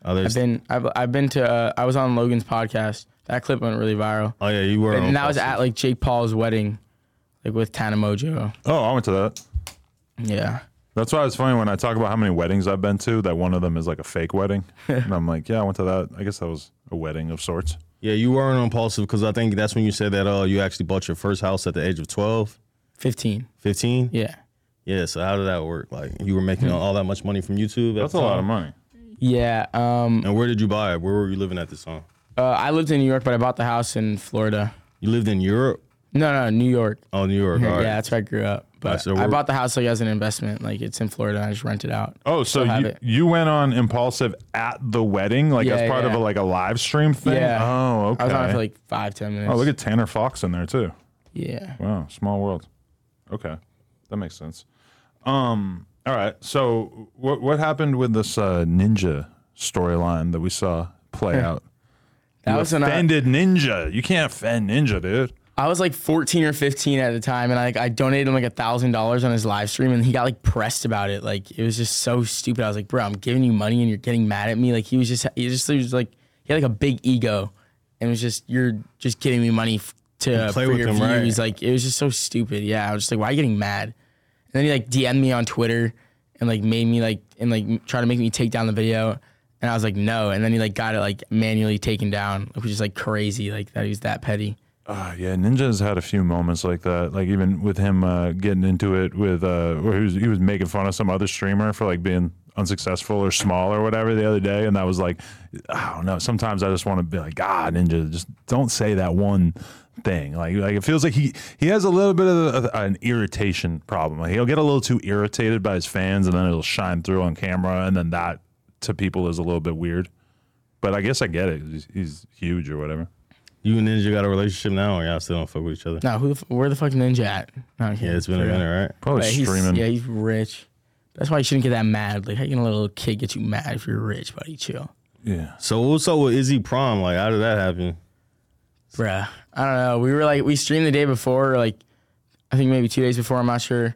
S4: Are they
S3: I've been I've I've been to uh, I was on Logan's podcast. That clip went really viral.
S4: oh yeah, you were. on
S3: And that was
S4: Fox.
S3: at like Jake Paul's wedding, like with Tana Mojo.
S2: Oh, I went to that.
S3: Yeah.
S2: That's why it's funny when I talk about how many weddings I've been to, that one of them is like a fake
S3: [LAUGHS]
S2: wedding. and I'm like, yeah, I went to that. I guess that was a wedding of sorts.
S4: Yeah, you weren't impulsive because I think that's when you said that uh, you actually bought your first house at the age of 12,
S3: 15.
S4: 15.
S3: Yeah. Hmm.
S4: Yeah, so how did that work? Like, you were making all that much money from YouTube? at
S2: That's
S4: the
S2: a lot of
S4: time?
S2: money.
S3: Yeah. Um,
S4: And where did you buy it? Where were you living at this time?
S3: uh, I lived in New York, but I bought the house in Florida.
S4: You lived in Europe?
S3: No, no, New York.
S4: Oh, New York. All right.
S3: Yeah, that's where I grew up.
S4: Alright,
S3: But
S4: so
S3: I
S4: we're-
S3: bought the house like as an investment. Like it's in Florida. And I just rent it out.
S2: Oh, so
S3: have
S2: you,
S3: it.
S2: you went on impulsive at the wedding, like as
S3: Yeah,
S2: part of
S3: yeah.
S2: a, like a live stream thing.
S3: Yeah.
S2: Oh, okay.
S3: I was on it for like five, ten minutes.
S2: oh, look at Tanner Fox in there too.
S3: Yeah.
S2: Wow, small world. Okay, that makes sense. Um, all right. So what what happened with this uh, ninja storyline that we saw play out?
S3: That
S2: You
S3: was when I,
S2: offended ninja. You can't offend ninja, dude.
S3: I was like 14 or 15 at the time, and I, like, I donated him like a thousand dollars on his live stream, and he got like pressed about it. Like it was just so stupid. I was like, bro, I'm giving you money, and you're getting mad at me. Like he was just, he just he was like, he had like a big ego, and it was just, you're just giving me money f- to
S4: play
S3: for
S4: with
S3: your
S4: him, right?
S3: views. Like it was just so stupid. Yeah, I was just like, why are you getting mad? And then he like DM'd me on Twitter and like made me like and like m- try to make me take down the video. And I was like, no. And then he like got it like manually taken down, which is like crazy, like that he was that petty.
S2: Uh, yeah, Ninja's had a few moments like that. Like even with him uh, getting into it with uh, where he was he was making fun of some other streamer for like being unsuccessful or small or whatever the other day, and that was like, I don't know. Sometimes I just want to be like, God, Ninja, just don't say that one thing. Like like it feels like he he has a little bit of a- an irritation problem. Like he'll get a little too irritated by his fans, and then it'll shine through on camera, and then that to people is a little bit weird. But I guess I get it. He's, he's huge or whatever.
S4: You and Ninja got a relationship now, or y'all still don't fuck with each other?
S3: No, who? The, f- where the fuck Ninja at? No,
S4: Yeah, it's been a minute, right?
S2: Probably
S3: But he's-
S2: streaming.
S3: Yeah, he's rich. That's why you shouldn't get that mad. Like, how you gonna let a little kid get you mad if you're rich, buddy? Chill,
S2: yeah.
S4: So what's up with Izzy Prom? Like, how did that happen?
S3: bruh. I don't know. We were like, we streamed the day before, or, like, I think maybe two days before. I'm not sure,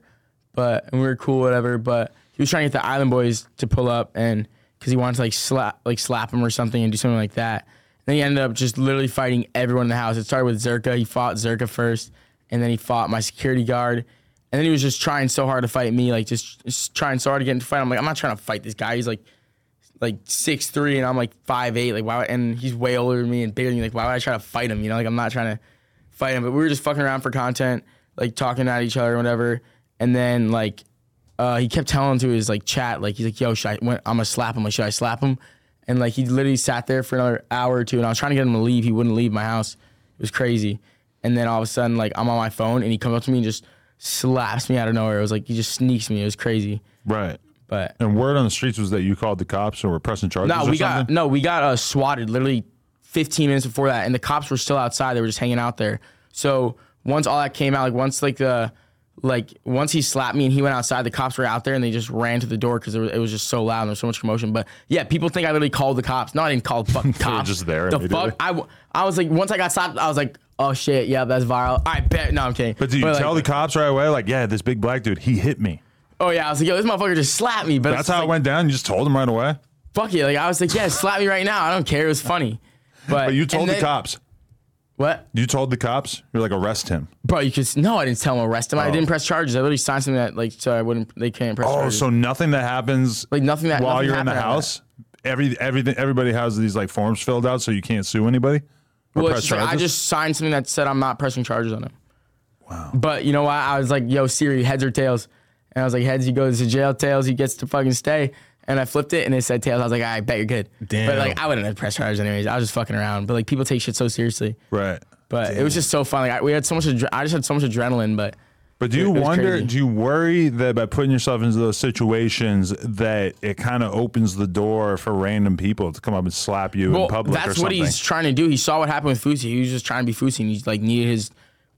S3: but and we were cool, whatever. But he was trying to get the Island Boys to pull up, and because he wanted to like slap, like slap him or something, and do something like that. And then he ended up just literally fighting everyone in the house. It started with Zerka. He fought Zerka first, and then he fought my security guard. And then he was just trying so hard to fight me, like just, just trying so hard to get into a fight. I'm like, I'm not trying to fight this guy. He's like like six three and I'm like five eight. Like why? And he's way older than me and bigger than me. Like why would I try to fight him? You know, like I'm not trying to fight him. But we were just fucking around for content, like talking at each other, or whatever. And then like uh, he kept telling to his like chat, like he's like, "Yo, should I? When, I'm gonna slap him. Like should I slap him?" And like he literally sat there for another hour or two, and I was trying to get him to leave. He wouldn't leave my house. It was crazy. And then all of a sudden, like I'm on my phone, and he comes up to me and just slaps me out of nowhere. It was like he just sneaks me. It was crazy.
S2: Right.
S3: But
S2: And word on the streets was that you called the cops and were pressing charges.
S3: No,
S2: or
S3: we got
S2: something?
S3: no, we got uh, swatted literally 15 minutes before that, and the cops were still outside. They were just hanging out there. So once all that came out, like once like the like once he slapped me and he went outside, the cops were out there and they just ran to the door because it was just so loud and there was so much commotion. But yeah, people think I literally called the cops. No, I didn't call
S2: [LAUGHS]
S3: the fuck cops.
S2: just there
S3: The
S2: immediately.
S3: fuck? I, w- I was like once I got stopped, I was like, oh shit, yeah, that's viral. I bet. No, I'm kidding.
S2: But do you
S3: like,
S2: tell the cops right away? Like, yeah, this big black dude, he hit me.
S3: Oh yeah, I was like, yo, this motherfucker just slapped me. But
S2: That's
S3: it's
S2: how
S3: like,
S2: it went down. You just told him right away.
S3: Fuck it. Like I was like, yeah, slap me right now. I don't care. It was funny. But,
S2: But you
S3: and
S2: told the
S3: then-
S2: cops.
S3: What?
S2: You told the cops. You're like, arrest him.
S3: Bro, you could s- no. I didn't tell him arrest him. I didn't press charges. I literally signed something that like so I wouldn't. They can't press.
S2: Oh,
S3: charges.
S2: so nothing that happens
S3: Like, nothing that-
S2: while
S3: nothing
S2: you're in the
S3: happened on
S2: house. Every everything everybody has these like forms filled out, so you can't sue anybody. Or
S3: Well, it's
S2: press
S3: just like, I
S2: charges?
S3: just signed something that said I'm not pressing charges on him. Wow. But you know what? I was like, yo, Siri, heads or tails? And I was like, heads, he goes to jail. Tails, he gets to fucking stay. And I flipped it and it said tails. I was like, I bet you're good.
S4: Damn.
S3: But like, I wouldn't have pressed charges anyways. I was just fucking around. But like, people take shit so seriously.
S2: right.
S3: But it was just so fun. Like, I, we had so much. Adre- I just had so much adrenaline. But
S2: But do you
S3: it was
S2: wonder?
S3: crazy.
S2: Do you worry that by putting yourself into those situations that it kind of opens the door for random people to come up and slap you in public
S3: That's
S2: or something?
S3: what he's trying to do. He saw what happened with Fusi. He was just trying to be Fusi, and he like needed his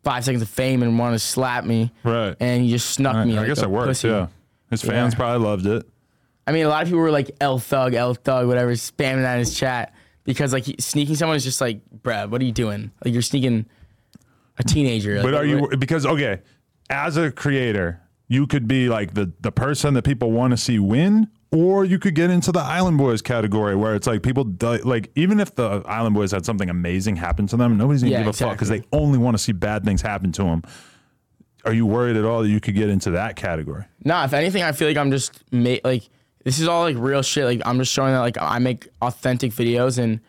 S3: five seconds of fame and wanted to slap me.
S2: Right.
S3: And he just snuck
S2: I,
S3: me.
S2: I
S3: like
S2: guess
S3: a
S2: it worked.
S3: pussy.
S2: Yeah, his fans
S3: Yeah.
S2: probably loved it.
S3: I mean, a lot of people were like L thug, L thug, whatever, spamming that in his chat because like he, sneaking someone is just like, bruh, what are you doing? Like you're sneaking a teenager. Like,
S2: But are you
S3: what-
S2: because okay, as a creator, you could be like the the person that people want to see win, or you could get into the Island Boys category where it's like people do, like even if the Island Boys had something amazing happen to them, nobody's gonna
S3: Yeah,
S2: give a fuck because they
S3: exactly.
S2: only want to see bad things happen to them. Are you worried at all that you could get into that category?
S3: Nah, if anything, I feel like I'm just ma- like this is all like real shit. Like I'm just showing that like I make authentic videos and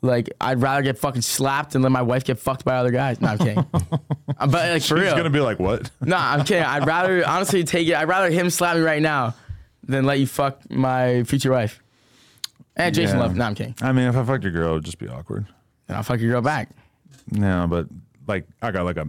S3: like I'd rather get fucking slapped than let my wife get fucked by other guys. No,
S2: [LAUGHS]
S3: I'm kidding. Uh, but like for
S2: He's
S3: real,
S2: gonna be like, what?
S3: nah, I'm kidding. I'd rather honestly take it. I'd rather him slap me right now than let you fuck my future wife. And Jason
S2: Yeah.
S3: Love. No, I'm kidding.
S2: [LAUGHS] I mean, if I fucked your girl, it'd just be awkward.
S3: Then I'll fuck your
S2: [LAUGHS]
S3: girl back.
S2: No, but like I got like a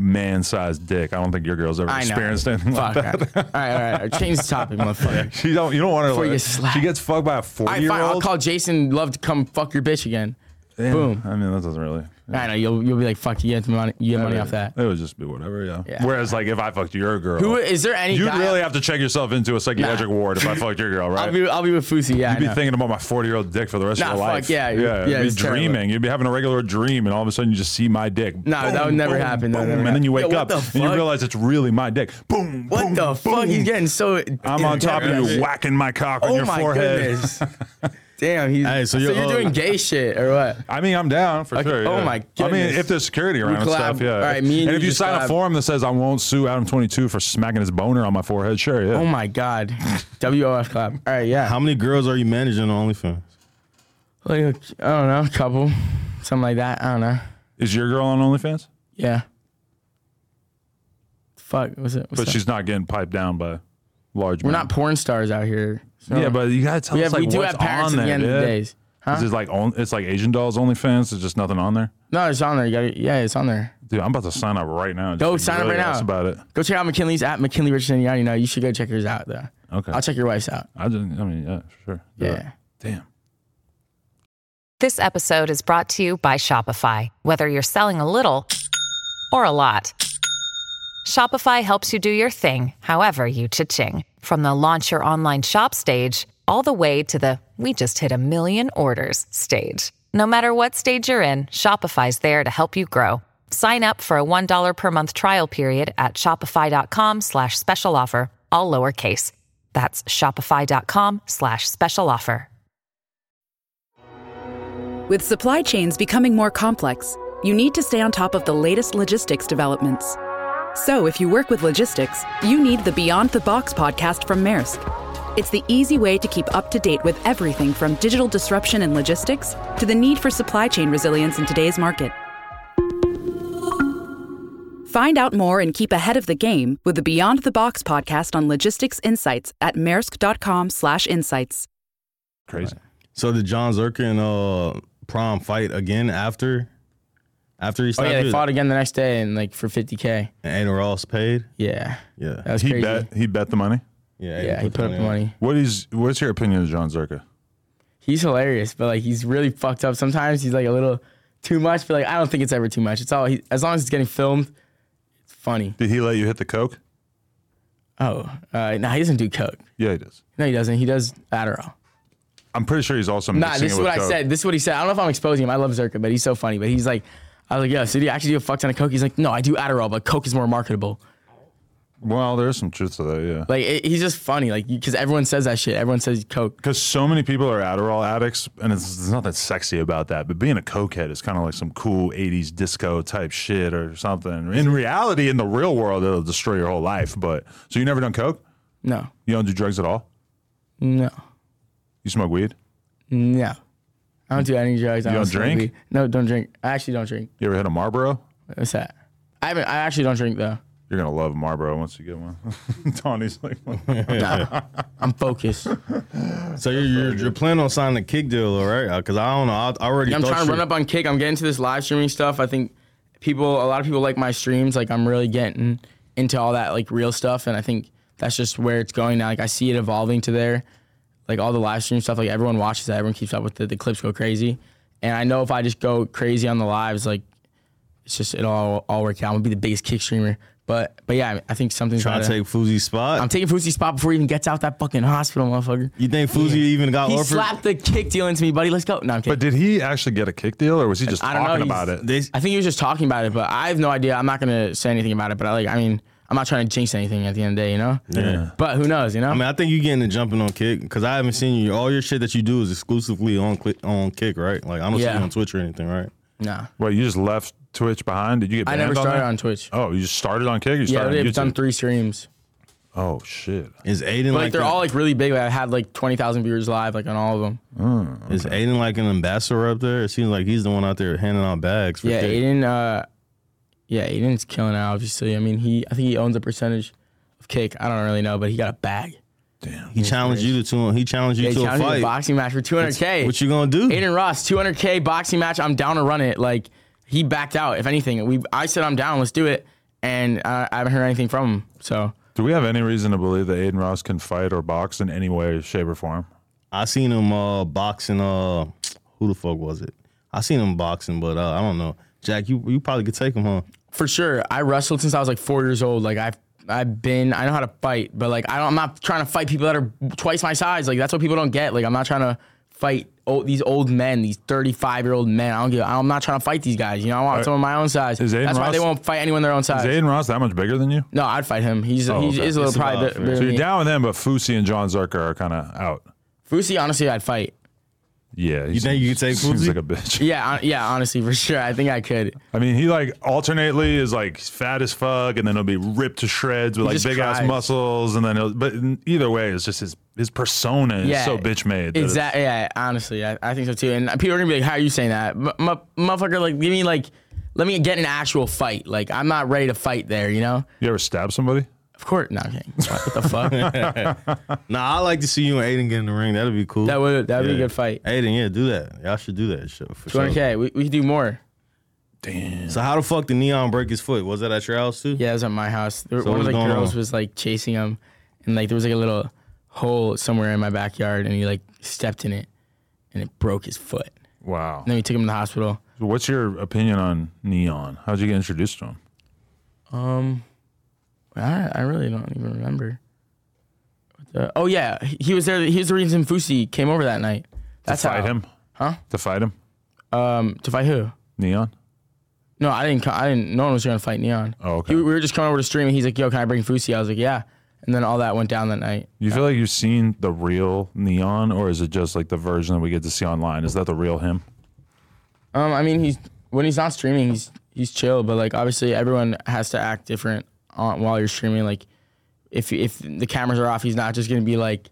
S2: man-sized dick. I don't think your girl's ever
S3: I know.
S2: experienced anything like
S3: Fuck.
S2: that.
S3: all right, all right, all right, all right. Change the topic, motherfucker.
S2: She don't. You don't want her.
S3: Before
S2: like-
S3: you get slapped.
S2: She gets fucked by a
S3: All
S2: forty
S3: right,
S2: year
S3: fine. I'll
S2: old.
S3: call Jason Love to come fuck your bitch again. Boom.
S2: I mean, that doesn't really.
S3: I know you'll you'll be like fuck. You get money. You get money off that.
S2: It would just be whatever. Yeah.
S3: Yeah.
S2: Whereas, like, if I fucked your girl,
S3: Who is there any?
S2: Oh. you'd
S3: guy-
S2: really have to check yourself into a psychiatric
S3: Nah.
S2: ward
S3: [LAUGHS]
S2: if I fucked your girl, right?
S3: I'll be I'll be with Fusi. Yeah,
S2: You'd be
S3: I know.
S2: thinking about my forty-year-old dick for the rest
S3: Nah,
S2: of your
S3: fuck,
S2: life.
S3: yeah,
S2: yeah.
S3: you'd- yeah,
S2: you'd
S3: it's
S2: be
S3: terrible.
S2: dreaming. You'd be having a regular dream, and all of a sudden you just see my dick.
S3: No, that would never happen. No,
S2: boom,
S3: no, no,
S2: and then
S3: no.
S2: you wake
S3: Yo, what
S2: up
S3: the
S2: and you
S3: fuck?
S2: realize it's really my dick. Boom.
S3: What
S2: boom,
S3: the fuck?
S2: boom.
S3: He's getting so.
S2: I'm on top of you,
S3: Yeah.
S2: whacking my cock on
S3: Oh
S2: your
S3: my
S2: forehead. [LAUGHS]
S3: goodness. Damn. He's,
S4: Hey,
S3: so
S4: so
S3: you're,
S4: you're- oh.
S3: doing gay shit or what?
S2: I mean, I'm down for
S3: Okay,
S2: sure.
S3: oh
S2: yeah.
S3: my
S2: I mean,
S3: goodness.
S2: if there's security around and
S3: collab.
S2: stuff, yeah.
S3: All right, me and
S2: if you
S3: you just
S2: sign a
S3: collab.
S2: form that says I won't sue Adam 22 for smacking his boner on my forehead, sure, yeah.
S3: Oh
S2: [LAUGHS]
S3: my god. WOF clap. All right. Yeah.
S4: How many girls are you managing on OnlyFans?
S3: Like a, I don't know, a couple, something like that. I don't know.
S2: Is your girl on OnlyFans?
S3: Yeah. Fuck. What's it? What's
S2: But
S3: that?
S2: she's not getting piped down by large.
S3: We're
S2: men.
S3: not porn stars out here. so-
S2: Yeah, but you gotta tell
S3: we
S2: us
S3: have
S2: like
S3: we do
S2: what's
S3: have parents
S2: on
S3: at the
S2: there,
S3: end of the
S2: dude.
S3: days.
S2: Is this like on, it's like Asian Dolls OnlyFans? There's just nothing on there.
S3: No, it's on there. You got to Yeah, it's on there.
S2: Dude, I'm about to sign up right now.
S3: Go
S2: Just
S3: sign up
S2: really
S3: right now.
S2: asked About it.
S3: Go check out McKinley's at McKinley Richardson. You already know. You should go check yours out though.
S2: Okay.
S3: I'll check your wife's out.
S2: I just, I mean, yeah, for sure. Do
S3: Yeah.
S2: it. Damn.
S5: This episode is brought to you by Shopify. Whether you're selling a little or a lot, Shopify helps you do your thing, however you cha-ching. From the launch your online shop stage, all the way to the we just hit a million orders stage. No matter what stage you're in, Shopify's there to help you grow. Sign up for a $1 per month trial period at shopify.com slash special offer, all lowercase. That's shopify.com slash special offer.
S6: With supply chains becoming more complex, you need to stay on top of the latest logistics developments. So, if you work with logistics, you need the Beyond the Box podcast from Maersk. It's the easy way to keep up to date with everything from digital disruption in logistics to the need for supply chain resilience in today's market. Find out more and keep ahead of the game with the Beyond the Box podcast on logistics insights at maersk.com/insights.
S2: Crazy.
S4: So did John Zerker and uh, Prom fight again after after he
S3: Oh
S4: stopped
S3: yeah, they
S4: it?
S3: fought again the next day and like for 50k.
S4: and Aiden Ross paid.
S3: Yeah,
S4: Yeah,
S3: that was
S2: he
S3: crazy.
S2: bet he bet the money.
S4: yeah, Aiden
S3: Yeah, he put up the
S4: on.
S3: money.
S2: What is what's your opinion of John Zerka?
S3: He's hilarious, but like he's really fucked up. Sometimes he's like a little too much, but like I don't think it's ever too much. It's all he, as long as it's getting filmed, it's funny.
S2: Did he let you hit the coke?
S3: Oh, uh, no, he doesn't do coke.
S2: Yeah, he does.
S3: No, he doesn't. He does Adderall.
S2: I'm pretty sure he's also
S3: Nah,
S2: mixing
S3: this
S2: it
S3: is
S2: with
S3: what I
S2: coke.
S3: said. This is what he said. I don't know if I'm exposing him. I love Zerka, but he's so funny. But he's like, I was like, yeah, so do you actually do a fuck ton of coke? He's like, no, I do Adderall, but coke is more marketable.
S2: Well, there's some truth to that, yeah.
S3: Like it, he's just funny, like because everyone says that shit. Everyone says coke.
S2: Because so many people are Adderall addicts, and it's, there's nothing sexy about that. But being a cokehead is kind of like some cool '80s disco type shit or something. In reality, in the real world, it'll destroy your whole life. But so you never done coke?
S3: No,
S2: You don't do drugs at all?
S3: no,
S2: You smoke weed?
S3: no. I don't do any drugs. I
S2: You don't
S3: smoke
S2: drink?
S3: weed. No, don't drink. I actually don't drink.
S2: You ever hit a Marlboro?
S3: What's that? I haven't. I actually don't drink though.
S2: You're gonna love Marlboro once you get one. [LAUGHS] Tawny's like, [LAUGHS]
S3: I'm focused.
S4: So you're, you're, you're planning on signing a kick deal, all right? Because I don't know. I, I already.
S3: I'm
S4: thought
S3: trying to
S4: you-
S3: run up on kick. I'm getting to this live streaming stuff. I think people, a lot of people like my streams. Like I'm really getting into all that like real stuff, and I think that's just where it's going now. Like I see it evolving to there. Like all the live stream stuff. Like everyone watches that. Everyone keeps up with it. The clips go crazy, and I know if I just go crazy on the lives, like it's just it'll all, all work out. I'm gonna be the biggest kick streamer. But but yeah, I think something's
S4: Trying to
S3: gotta-
S4: take Foozie's spot.
S3: I'm taking Fousey's spot before he even gets out that fucking hospital, motherfucker.
S4: you think Foozie even got
S3: He
S4: offered?
S3: slapped the kick deal into me, buddy. Let's go. No, I'm kidding.
S2: but did he actually get a kick deal, or was he just
S3: I don't know,
S2: talking
S3: he's-
S2: about it?
S4: They,
S3: I think he was just talking about it, but I have no idea. I'm not gonna say anything about it, but I like. I mean, I'm not trying to jinx anything at the end of the day, you know.
S4: Yeah.
S3: But who knows, you know?
S4: I mean, I think you getting the jumping on kick because I haven't seen you. All your shit that you do is exclusively on click on kick, right? Like I don't see
S3: Yeah.
S4: you on Twitch or anything, right?
S3: no,
S2: Wait, you just left Twitch behind? Did you get?
S3: I
S2: Banned
S3: never started
S2: on,
S3: on Twitch.
S2: that? Oh, you just started on kick. or You
S3: yeah,
S2: started on
S3: I've done
S2: YouTube.
S3: three streams.
S2: oh shit.
S4: Is Aiden
S3: But
S4: like,
S3: like, they're
S4: a-
S3: all like really big. Like, I had like twenty thousand viewers live, like on all of them.
S4: Is Aiden like an ambassador up there? It seems like he's the one out there handing out bags. For
S3: Yeah,
S4: kick.
S3: Aiden. Uh, yeah, Aiden's killing it. Obviously, I mean, he. I think he owns a percentage of Kick. I don't really know, but he got a bag.
S4: He challenged you to two. He challenged you
S3: They
S4: to a
S3: challenged me to
S4: fight.
S3: a boxing match for 200k.
S4: What you gonna do?
S3: Aiden Ross, 200k boxing match. I'm down to run it. Like he backed out. If anything, we I said I'm down. Let's do it. And I, I haven't heard anything from him. So
S2: Do we have any reason to believe that Aiden Ross can fight or box in any way, shape, or form?
S4: I seen him uh, boxing. Uh, who the fuck was it? I seen him boxing, but uh, I don't know. Jack, you you probably could take him, huh?
S3: for sure, I wrestled since I was like four years old. Like I've I've been I know how to fight, but like I don't, I'm not trying to fight people that are twice my size. Like that's what people don't get. Like I'm not trying to fight old, these old men, these 35 year old men. I don't give. I'm not trying to fight these guys. You know, I want someone my own size.
S2: Is
S3: That's
S2: Aiden
S3: why they
S2: Ross-
S3: won't fight anyone their own
S2: Is
S3: size.
S2: Aiden Ross that much bigger than you?
S3: no, I'd fight him. He's
S2: Oh,
S3: he
S2: okay.
S3: is a little
S4: It's
S3: probably.
S4: about
S3: bit-
S4: fair.
S3: bigger
S2: So
S3: than
S2: you're
S3: me.
S2: down with them, but Fusi and John Zerker are kind of out.
S3: Fusi, honestly, I'd fight.
S2: Yeah,
S4: You think you could take
S2: Seems
S4: Fusi?
S2: like a bitch.
S3: Yeah, hon- yeah, honestly, for sure. I think I could.
S2: I mean, he like alternately is like fat as fuck, and then he'll be ripped to shreds with like
S3: just
S2: big ass
S3: cries.
S2: muscles, and then he'll. But in- either way, it's just his his persona is
S3: Yeah,
S2: so bitch made. that it's-
S3: Exactly. Yeah, honestly, I, I think so too. And people are gonna be like, "How are you saying that, M- m- motherfucker? Like, give me like, let me get in an actual fight. Like, I'm not ready to fight there. You know?
S2: You ever stab somebody?
S3: Of course, no. Okay.
S4: [LAUGHS]
S3: What the fuck?
S4: Nah, I like to see you and Aiden get in the ring. That'd be cool.
S3: That would that would be
S4: Yeah.
S3: a good fight.
S4: Aiden, yeah, do that. Y'all should do that shit for
S3: Two hundred
S4: sure.
S3: k. We we could do more.
S4: So how the fuck did Neon break his foot? Was that at your house too?
S3: Yeah, it was at my house. There,
S4: So what
S3: one of
S4: was
S3: the
S4: going
S3: girls
S4: on?
S3: was like chasing him, and like there was like a little hole somewhere in my backyard, and he like stepped in it, and it broke his foot.
S2: Wow.
S3: And then we took him to the hospital.
S2: So what's your opinion on Neon? How'd you get introduced to him?
S3: Um, I I really don't even remember. What the- oh yeah, he he was there. He was the reason Fusi came over that night. That's
S2: to fight
S3: how.
S2: him?
S3: Huh?
S2: To fight him?
S3: Um, to fight who?
S2: Neon?
S3: No, I didn't. co- I didn't. No one was going to fight Neon.
S2: Oh, okay.
S3: He- we were just coming over to stream, and he's like, "Yo, can I bring Fusi?" I was like, "Yeah." And then all that went down that night.
S2: You feel like you've seen the real Neon, or is it just like the version that we get to see online? Is that the real him?
S3: Um, I mean, he's when he's not streaming, he's he's chill. But like, obviously, everyone has to act different on, while you're streaming. Like, if if the cameras are off, he's not just gonna be like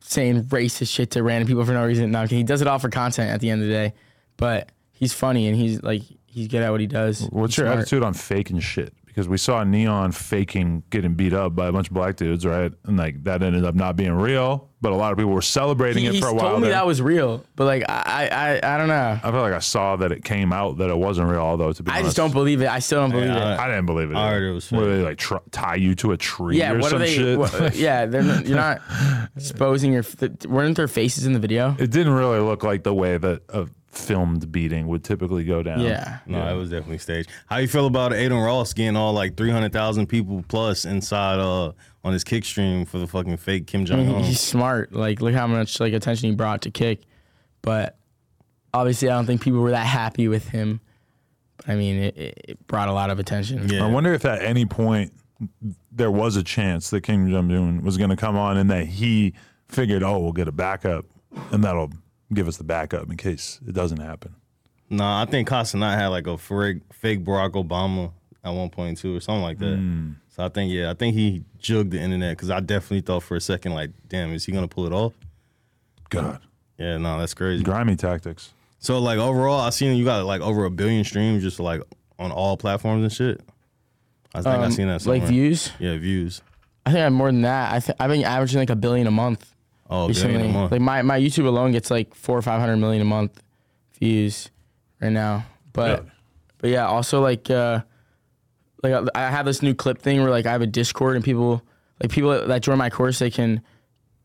S3: saying racist shit to random people for no reason. No, he does it all for content at the end of the day. But he's funny and he's like he's good at what he does.
S2: What's
S3: He's
S2: your
S3: smart.
S2: attitude on faking shit? Because we saw Neon faking getting beat up by a bunch of black dudes, right? And like that ended up not being real, but a lot of people were celebrating
S3: He,
S2: it
S3: he
S2: for a
S3: told
S2: while.
S3: me
S2: there.
S3: that was real, but like I I I, I don't know.
S2: I feel like I saw that it came out that it wasn't real, although to be
S3: I
S2: honest,
S3: just don't believe it. I still don't believe it.
S2: I didn't believe it.
S4: I heard
S2: either.
S4: it was
S2: Were
S4: fake.
S2: they like tr- tie you to a tree
S3: Yeah,
S2: or
S3: what
S2: some
S3: are they?
S2: shit? [LAUGHS]
S3: What, yeah, they're not, you're not exposing your. Th- weren't their faces in the video?
S2: it didn't really look like the way that a filmed beating would typically go
S4: Oh.
S2: down.
S3: Yeah.
S4: No, it was definitely staged. How you feel about Aiden Ross getting all like three hundred thousand people plus inside uh on his kick stream for the fucking fake Kim
S3: I
S4: Jong
S3: mean,
S4: Un?
S3: he's smart. Like, look how much like attention he brought to kick, but obviously, I don't think people were that happy with him. But I mean, it, it it brought a lot of attention.
S2: I wonder if at any point there was a chance that Kim Jong Un was going to come on and that he figured, oh, we'll get a backup and that'll give us the backup in case it doesn't happen.
S3: Mm-hmm.
S4: Nah, I think Casanat had like a frig, fake Barack Obama at one point too, or something like that.
S3: Mm.
S4: So I think yeah, I think he jugged the internet because I definitely thought for a second like, damn, is he gonna pull it off?
S2: God,
S4: Yeah, no, that's crazy.
S2: grimy tactics.
S4: So like overall, I seen you got like over a billion streams just like on all platforms and shit. I think I
S3: Um,
S4: seen that somewhere.
S3: like views,
S4: Yeah, views.
S3: I think I'm more than that. I th- I've been averaging like a billion a month
S4: Oh, a
S3: recently.
S4: billion a month.
S3: Like my, my YouTube alone gets like four or five hundred million a month views right now. But but yeah, also like uh, like I- I have this new clip thing where like I have a Discord and people like people that join my course they can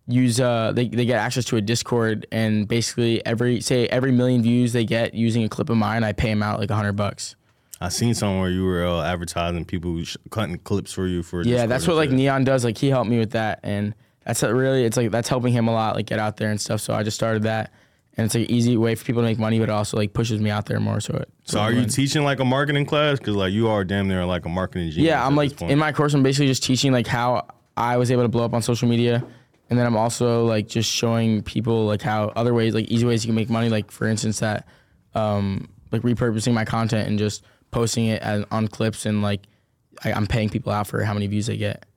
S3: use uh they, they get access to a Discord and basically every say every million views they get using a clip of mine I pay them out like a hundred bucks.
S4: I seen somewhere you were uh, advertising people who sh- cutting clips for you for.
S3: Yeah,
S4: Discord
S3: that's
S4: and
S3: what like
S4: shit.
S3: Neon does. Like he helped me with that, and that's what really it's like that's helping him a lot, like get out there and stuff. So I just started that, and it's like an easy way for people to make money, but it also like pushes me out there more. So it.
S4: So are you teaching like a marketing class? Because like you are damn near like a marketing genius.
S3: Yeah, I'm
S4: at
S3: like
S4: this point.
S3: in my course, I'm basically just teaching like how I was able to blow up on social media, and then I'm also like just showing people like how other ways, like easy ways you can make money. Like for instance, that um, like repurposing my content and just posting it as, on clips, and like I, I'm paying people out for how many views they get.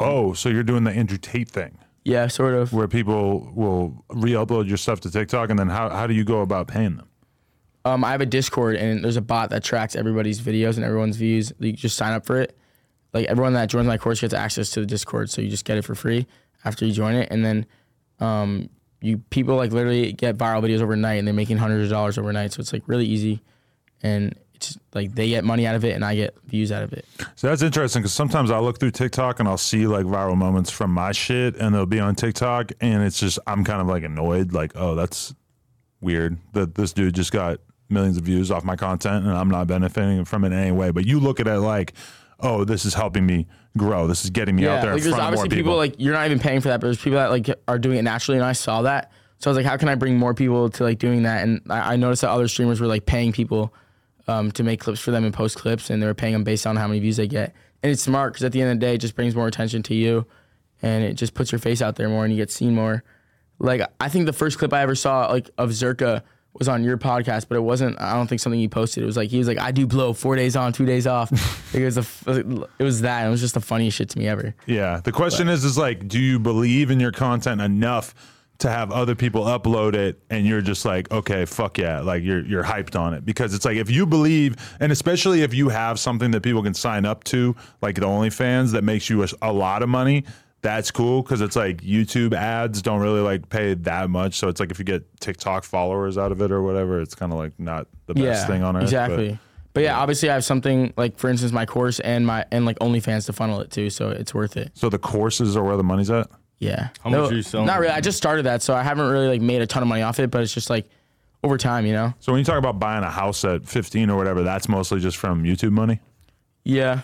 S2: Oh, so you're doing the Andrew Tate thing
S3: Yeah, sort of.
S2: where people will re upload your stuff to TikTok and then how, how do you go about paying them?
S3: Um, I have a Discord and there's a bot that tracks everybody's videos and everyone's views. You just sign up for it. Like everyone that joins my course gets access to the Discord, so you just get it for free after you join it, and then um, you people like literally get viral videos overnight and they're making hundreds of dollars overnight. So it's like really easy, and it's like they get money out of it and I get views out of it.
S2: So that's interesting because sometimes I look through TikTok and I'll see like viral moments from my shit and they'll be on TikTok and it's just, I'm kind of like annoyed, like, oh, that's weird that this dude just got millions of views off my content and I'm not benefiting from it in any way. But you look at it like, oh, this is helping me grow. This is getting me out there
S3: like
S2: in
S3: there's
S2: front of more
S3: obviously
S2: people.
S3: people like you're not even paying for that, but there's people that like are doing it naturally, and I saw that. So I was like, how can I bring more people to like doing that? And I, I noticed that other streamers were like paying people um, to make clips for them and post clips, and they were paying them based on how many views they get. And it's smart because at the end of the day, it just brings more attention to you, and it just puts your face out there more, and you get seen more. Like I think the first clip I ever saw like of Zerka was on your podcast, but it wasn't. I don't think something you posted. It was like he was like, "I do blow four days on, two
S2: [LAUGHS]
S3: days off." Like, it was a, f- it was that. and It was just the funniest shit to me ever.
S2: Yeah. The question is, is like, do you believe in your content enough to have other people upload it and you're just like okay fuck yeah like you're you're hyped on it because it's like if you believe and especially if you have something that people can sign up to like the OnlyFans that makes you a, a lot of money that's cool because it's like YouTube ads don't really like pay that much so it's like if you get TikTok followers out of it or whatever it's kind of like not the best thing on earth but-
S3: Exactly. But, yeah, obviously I have something like for instance my course and my and like OnlyFans to funnel it to, so it's worth it.
S2: so the courses are where the money's at
S3: Yeah.
S4: How much are you selling?
S3: Not really. I just started that, so I haven't really like made a ton of money off it, but it's just like over time, you know.
S2: so when you talk about buying a house at 15 or whatever that's mostly just from YouTube money
S3: Yeah.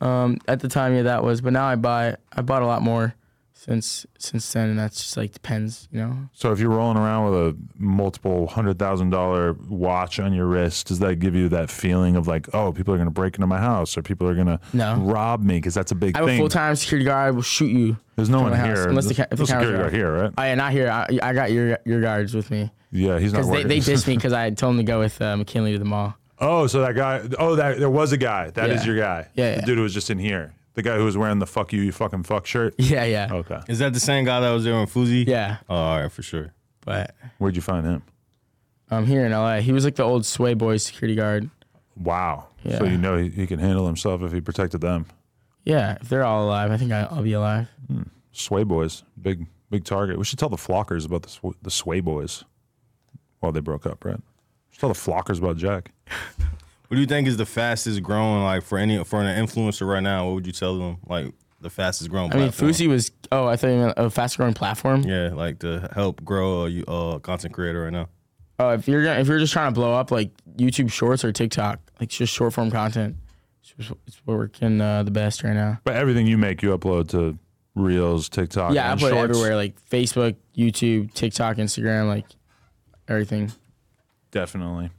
S3: Um, at the time, yeah, that was. But now I buy. I bought a lot more since since then, and that's just like depends, you know.
S2: So if you're rolling around with a multiple hundred thousand dollar watch on your wrist, does that give you that feeling of like, oh, people are gonna break into my house or people are gonna
S3: No.
S2: rob me because that's a big
S3: I have a
S2: thing.
S3: full time security guard. I will shoot you.
S2: There's no
S3: from
S2: one
S3: the house,
S2: here.
S3: Unless the, ca- if
S2: No
S3: the cameras
S2: security
S3: are
S2: guard here, right?
S3: I not here. I, I got your your guards with me
S2: yeah, he's not
S3: because they,
S2: working. [LAUGHS]
S3: they dissed me
S4: [LAUGHS]
S3: because I told them to go with uh, McKinley to the mall. [LAUGHS]
S2: oh, so that guy. Oh, that there was a guy. That is
S3: Yeah.
S2: your guy.
S3: Yeah,
S2: the
S3: yeah.
S2: dude who was just in here. The guy who was wearing the "fuck you, you fucking fuck" shirt.
S3: Yeah, yeah,
S2: Okay,
S4: Is that the same guy that was there on Fuzi?
S3: yeah.
S4: Oh, all right, for sure.
S3: But
S2: where'd you find him?
S3: I'm here in LA. He was like the old Sway Boy security guard.
S2: Wow.
S3: Yeah.
S2: So you know he, he can handle himself if he protected them.
S3: Yeah, if they're all alive, I think I, I'll be alive.
S2: Sway boys, big big target. We should tell the flockers about the sw- the Sway boys. Well, they broke up, right? We should tell the flockers about Jack.
S4: What do you think is the fastest growing like for any for an influencer right now? What would you tell them like the fastest growing?
S3: I mean,
S4: platform?
S3: Fusi was. Oh, I thought you meant a fast growing platform.
S4: Yeah, like to help grow a you- a content creator right now.
S3: Oh, if you're gonna, if you're just trying to blow up like YouTube Shorts or TikTok, like just short form content, it's, just, it's working uh, the best right now.
S2: But everything you make, you upload to Reels, TikTok.
S3: yeah, I
S2: and
S3: put it
S2: Shorts.
S3: everywhere like Facebook, YouTube, TikTok, Instagram, like everything.
S2: Definitely.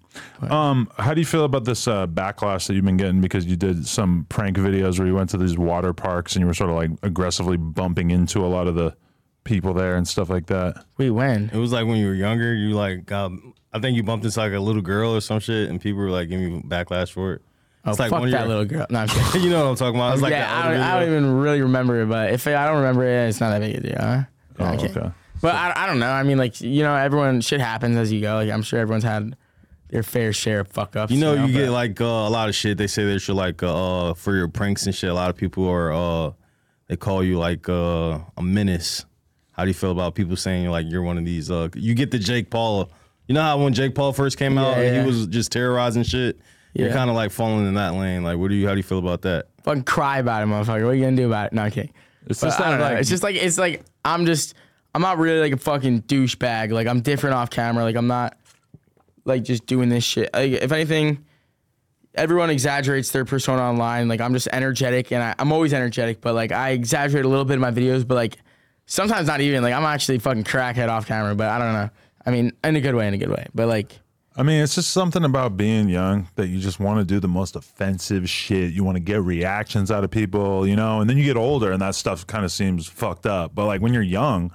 S2: Um, how do you feel about this uh, backlash that you've been getting because you did some prank videos where you went to these water parks and you were sort of like aggressively bumping into a lot of the people there and stuff like that?
S3: Wait, when?
S4: It was like when you were younger, you like got. I think you bumped into like a little girl or some shit, and people were like giving you backlash for it.
S3: Oh,
S4: it's like
S3: fuck
S4: one of
S3: that
S4: your-
S3: little girl. No,
S4: [LAUGHS]
S3: I'm kidding.
S4: you know what I'm talking about? It's like
S3: yeah,
S4: that
S3: I
S4: older
S3: don't, I don't
S4: video.
S3: even really remember it, but if I don't remember it, it's not that big a deal. Huh?
S2: Oh, okay.
S3: But I, I don't know. I mean, like you know, everyone shit happens as you go. Like I'm sure everyone's had their fair share of fuck ups.
S4: You know, you
S3: but-
S4: get like uh, a lot of shit. They say they should like uh, uh, for your pranks and shit. A lot of people are uh, they call you like uh, a menace. How do you feel about people saying like you're one of these? Uh, you get the Jake Paul. You know how when Jake Paul first came out,
S3: Yeah,
S4: and
S3: yeah.
S4: he was just terrorizing shit. You're
S3: Yeah.
S4: kind of like falling in that lane. Like, what do you? How do you feel about that? [LAUGHS]
S3: fucking cry about it, motherfucker. What are you gonna do about it? No, I'm kidding.
S2: It's
S3: It's
S2: just
S3: just, I
S2: not
S3: don't know.
S2: like-
S3: it's just like it's like I'm just I'm not really like a fucking douchebag. Like I'm different off camera. Like I'm not like just doing this shit. Like if anything, everyone exaggerates their persona online. Like I'm just energetic and I, I'm always energetic, but like I exaggerate a little bit in my videos, but like sometimes not even. Like I'm actually fucking crackhead off camera, but I don't know. I mean, in a good way, in a good way. But like
S2: I mean, it's just something about being young that you just want to do the most offensive shit. You want to get reactions out of people, you know, and then you get older and that stuff kind of seems fucked up. But like when you're young,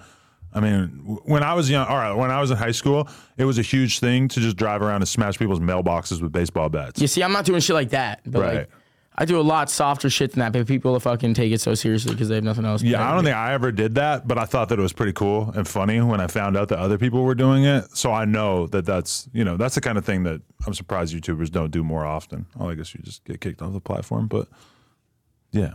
S2: I mean, w- when I was young, all right, when I was in high school, it was a huge thing to just drive around and smash people's mailboxes with baseball bats.
S3: You see, I'm not doing shit like that. But
S2: Right.
S3: Like, I do a lot softer shit than that, but people fucking take it so seriously because they have nothing else.
S2: Yeah, I don't think I ever did that, but I thought that it was pretty cool and funny when I found out that other people were doing it. So I know that that's you know that's the kind of thing that I'm surprised YouTubers don't do more often. Well, I guess you just get kicked off the platform, but yeah.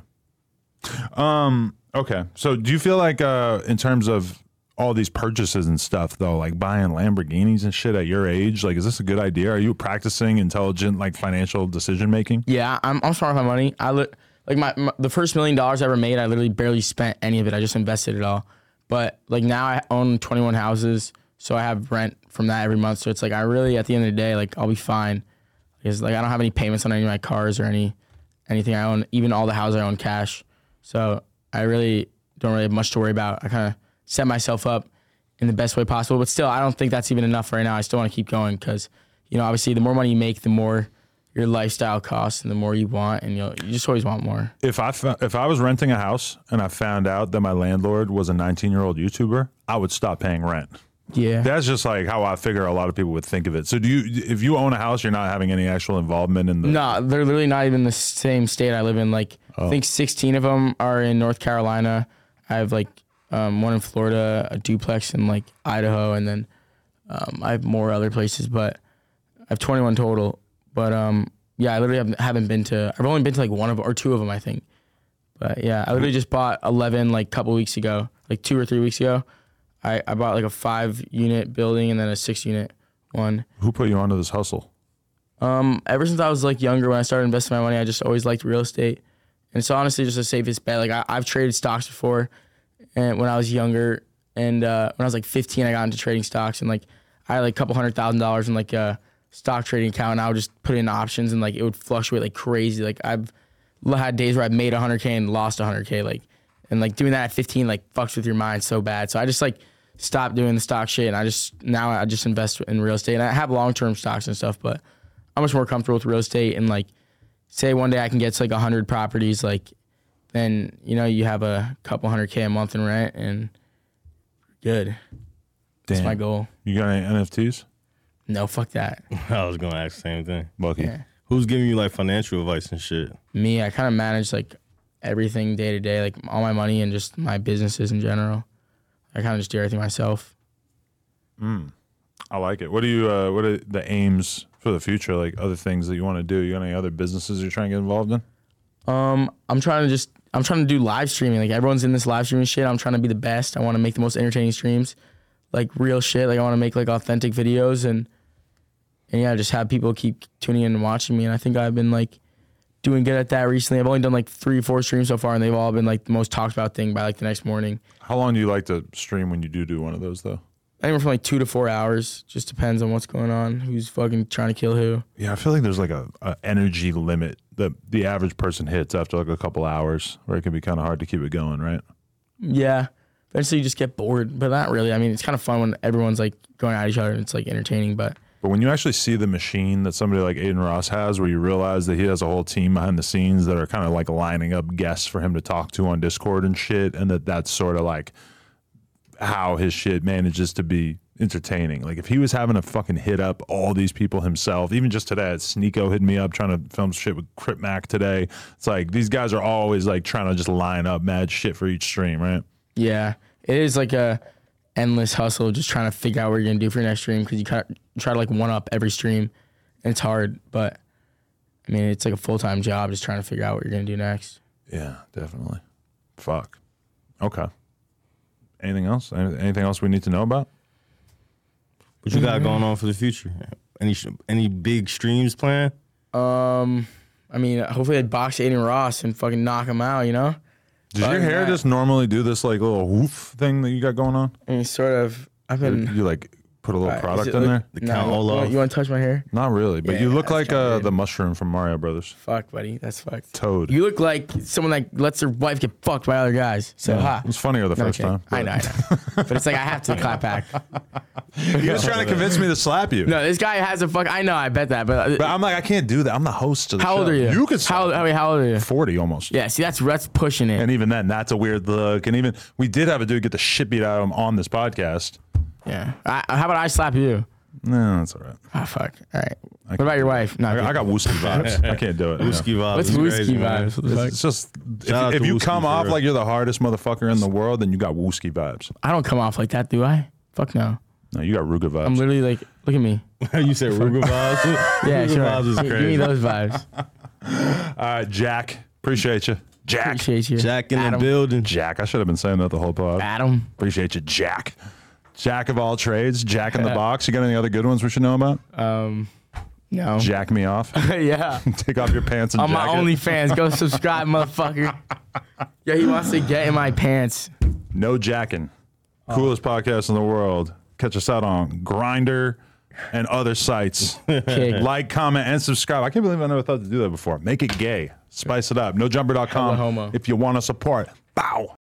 S2: Um. Okay. So do you feel like uh, in terms of all these purchases and stuff though, like buying Lamborghinis and shit at your age, like is this a good idea? Are you practicing intelligent like financial decision making?
S3: Yeah, I'm, I'm smart with my money. I look like my, my the first million dollars I ever made. I literally barely spent any of it. I just invested it all. But like now I own 21 houses, so I have rent from that every month. So it's like I really at the end of the day, like I'll be fine. Because like I don't have any payments on any of my cars or any anything I own. Even all the houses I own cash. So I really don't really have much to worry about. I kind of set myself up in the best way possible. But still, I don't think that's even enough right now. I still want to keep going because, you know, obviously the more money you make, the more your lifestyle costs and the more you want, and you'll, you just always want more.
S2: if I fo- if I was renting a house and I found out that my landlord was a 19 year old YouTuber, I would stop paying rent.
S3: Yeah.
S2: That's just like how I figure a lot of people would think of it. So do you? If you own a house, you're not having any actual involvement in the.
S3: no, they're literally not even the same state I live in. Like, I think 16 of them are in North Carolina. I have like um, one in Florida, a duplex in like Idaho, and then um, I have more other places. But I have 21 total. But um, yeah, I literally haven't, haven't been to. I've only been to like one of or two of them, I think. But yeah, I literally just bought 11 like a couple weeks ago, like two or three weeks ago. I, I bought like a five unit building and then a six unit one.
S2: Who put you onto this hustle?
S3: Um, ever since I was like younger, when I started investing my money, I just always liked real estate, and it's honestly just the safest bet. Like I, I've traded stocks before, and when I was younger, and uh, when I was like 15, I got into trading stocks, and like I had like a couple hundred thousand dollars in like a stock trading account, and I would just put in options, and like it would fluctuate like crazy. Like I've l- had days where I made 100k and lost 100k, like and like doing that at 15 like fucks with your mind so bad. So I just like stopped doing the stock shit, and I just now I just invest in real estate, and I have long term stocks and stuff, but. I'm much more comfortable with real estate and like say one day I can get to like hundred properties, like then you know you have a couple hundred k a month in rent and good. That's
S2: Damn.
S3: my goal.
S2: You got any NFTs?
S3: No, fuck that.
S4: I was gonna ask the same thing.
S2: Lucky.
S4: Who's giving you like financial advice and shit?
S3: Me, I kind of manage like everything day to day, like all my money and just my businesses in general. I kind of just do everything myself.
S2: I like it. What do you? Uh, what are the aims for the future? Like other things that you want to do? You got any other businesses you're trying to get involved in?
S3: Um, I'm trying to just I'm trying to do live streaming. Like everyone's in this live streaming shit. I'm trying to be the best. I want to make the most entertaining streams, like real shit. Like I want to make like authentic videos and and yeah, just have people keep tuning in and watching me. And I think I've been like doing good at that recently. I've only done like three, four streams so far, and they've all been like the most talked about thing by like the next morning.
S2: How long do you like to stream when you do do one of those though?
S3: Anywhere from like two to four hours. Just depends on what's going on, who's fucking trying to kill who.
S2: Yeah, I feel like there's like a, a energy limit that the average person hits after like a couple hours, where it can be kind of hard to keep it going, right?
S3: Yeah. Eventually you just get bored, but not really. I mean, it's kind of fun when everyone's like going at each other and it's like entertaining, but
S2: But when you actually see the machine that somebody like Aiden Ross has, where you realize that he has a whole team behind the scenes that are kind of like lining up guests for him to talk to on Discord and shit, and that that's sort of like how his shit manages to be entertaining. Like if he was having to fucking hit up all these people himself, even just today, Sneeko hit me up trying to film shit with Crip Mac today. It's like these guys are always like trying to just line up mad shit for each stream, right?
S3: Yeah, it is like a endless hustle, just trying to figure out what you're gonna do for your next stream because you ca- try to like one up every stream, and it's hard. But I mean, it's like a full time job, just trying to figure out what you're gonna do next.
S2: Yeah, definitely. Fuck. Okay. Anything else? Any- Anything else we need to know about?
S4: What you
S3: Mm-hmm.
S4: got going on for the future? Any sh- any big streams planned?
S3: Um, I mean, hopefully I box Aiden Ross and fucking knock him out. You know,
S2: Does
S3: Other
S2: your
S3: than
S2: hair
S3: that-
S2: just normally do this like little woof thing that you got going on?
S3: I mean, sort of. I've
S2: Or
S3: [LAUGHS] been
S2: you like put a little
S3: Mm. Uh,
S2: product
S3: is it
S2: in
S3: like-
S2: there?
S4: The Count
S3: you
S4: Olaf.
S3: want- You want to touch my hair?
S2: Not really, but
S3: Yeah,
S2: you look
S3: that's
S2: like
S3: kinda
S2: uh,
S3: weird.
S2: the mushroom from Mario Brothers.
S3: Fuck, buddy, that's fucked.
S2: Toad.
S3: You look like someone that lets their wife get fucked by other guys. So ha.
S2: It was funnier the
S3: No, I'm
S2: first
S3: kidding.
S2: time.
S3: I know, I know. but it's like I have to clap
S2: [LAUGHS]
S3: back.
S2: You're just trying to convince me to slap you.
S3: No, this guy has a fuck. I know, I bet that. But, uh,
S2: But I'm like, I can't do that. I'm the host of the
S3: how
S2: show.
S3: old are you?
S2: You could
S3: How,
S2: slap
S3: I mean, how old are you?
S2: 40 almost.
S3: Yeah, see, that's that's pushing it.
S2: And even then, that's a weird look. And even we did have a dude get the shit beat out of him on this podcast.
S3: yeah. I, how about I slap you?
S2: No, that's all right.
S3: Ah, fuck. All right. What about your wife? No,
S2: I, I got
S4: [LAUGHS]
S2: wooski vibes. I can't do it. Yeah.
S4: Whiskey vibes.
S3: What's
S4: is
S3: whiskey
S4: crazy, man.
S3: vibes? What the fuck?
S2: It's just
S4: out
S2: if, if
S4: to
S2: you
S4: Wooski
S2: come
S4: for
S2: off
S4: real.
S2: like you're the hardest motherfucker in the world, then you got wooski vibes.
S3: I don't come off like that, do I? Fuck no.
S2: No, you got Ruga vibes.
S3: I'm literally like, look
S2: [LAUGHS]
S3: at me.
S4: you said Ruger vibes.
S3: [LAUGHS] Yeah,
S4: Ruger
S3: sure.
S4: vibes is
S3: Give- Give me
S4: crazy.
S3: those vibes.
S2: All right, Jack. Appreciate you, Jack.
S3: Appreciate you.
S4: Jack in the
S3: Adam.
S4: building.
S2: Jack. I should have been saying that the whole pod.
S3: Adam.
S2: Appreciate you, Jack. Jack of all trades, Jack in the box. You got any other good ones we should know about?
S3: Oh. No.
S2: [LAUGHS] Jack me off.
S3: [LAUGHS] yeah.
S2: Take off your pants and
S3: On my
S2: jacket.
S3: OnlyFans, go subscribe,
S2: [LAUGHS]
S3: motherfucker. Yeah, he wants to get in my pants.
S2: No jacking. Coolest podcast in the world. Catch us out on Grinder and other sites.
S3: Kick.
S2: like, comment, and subscribe. I can't believe I never thought to do that before. Make it gay. Spice it up. Nojumper.com.
S3: Hella homo.
S2: If you want to support. Bow.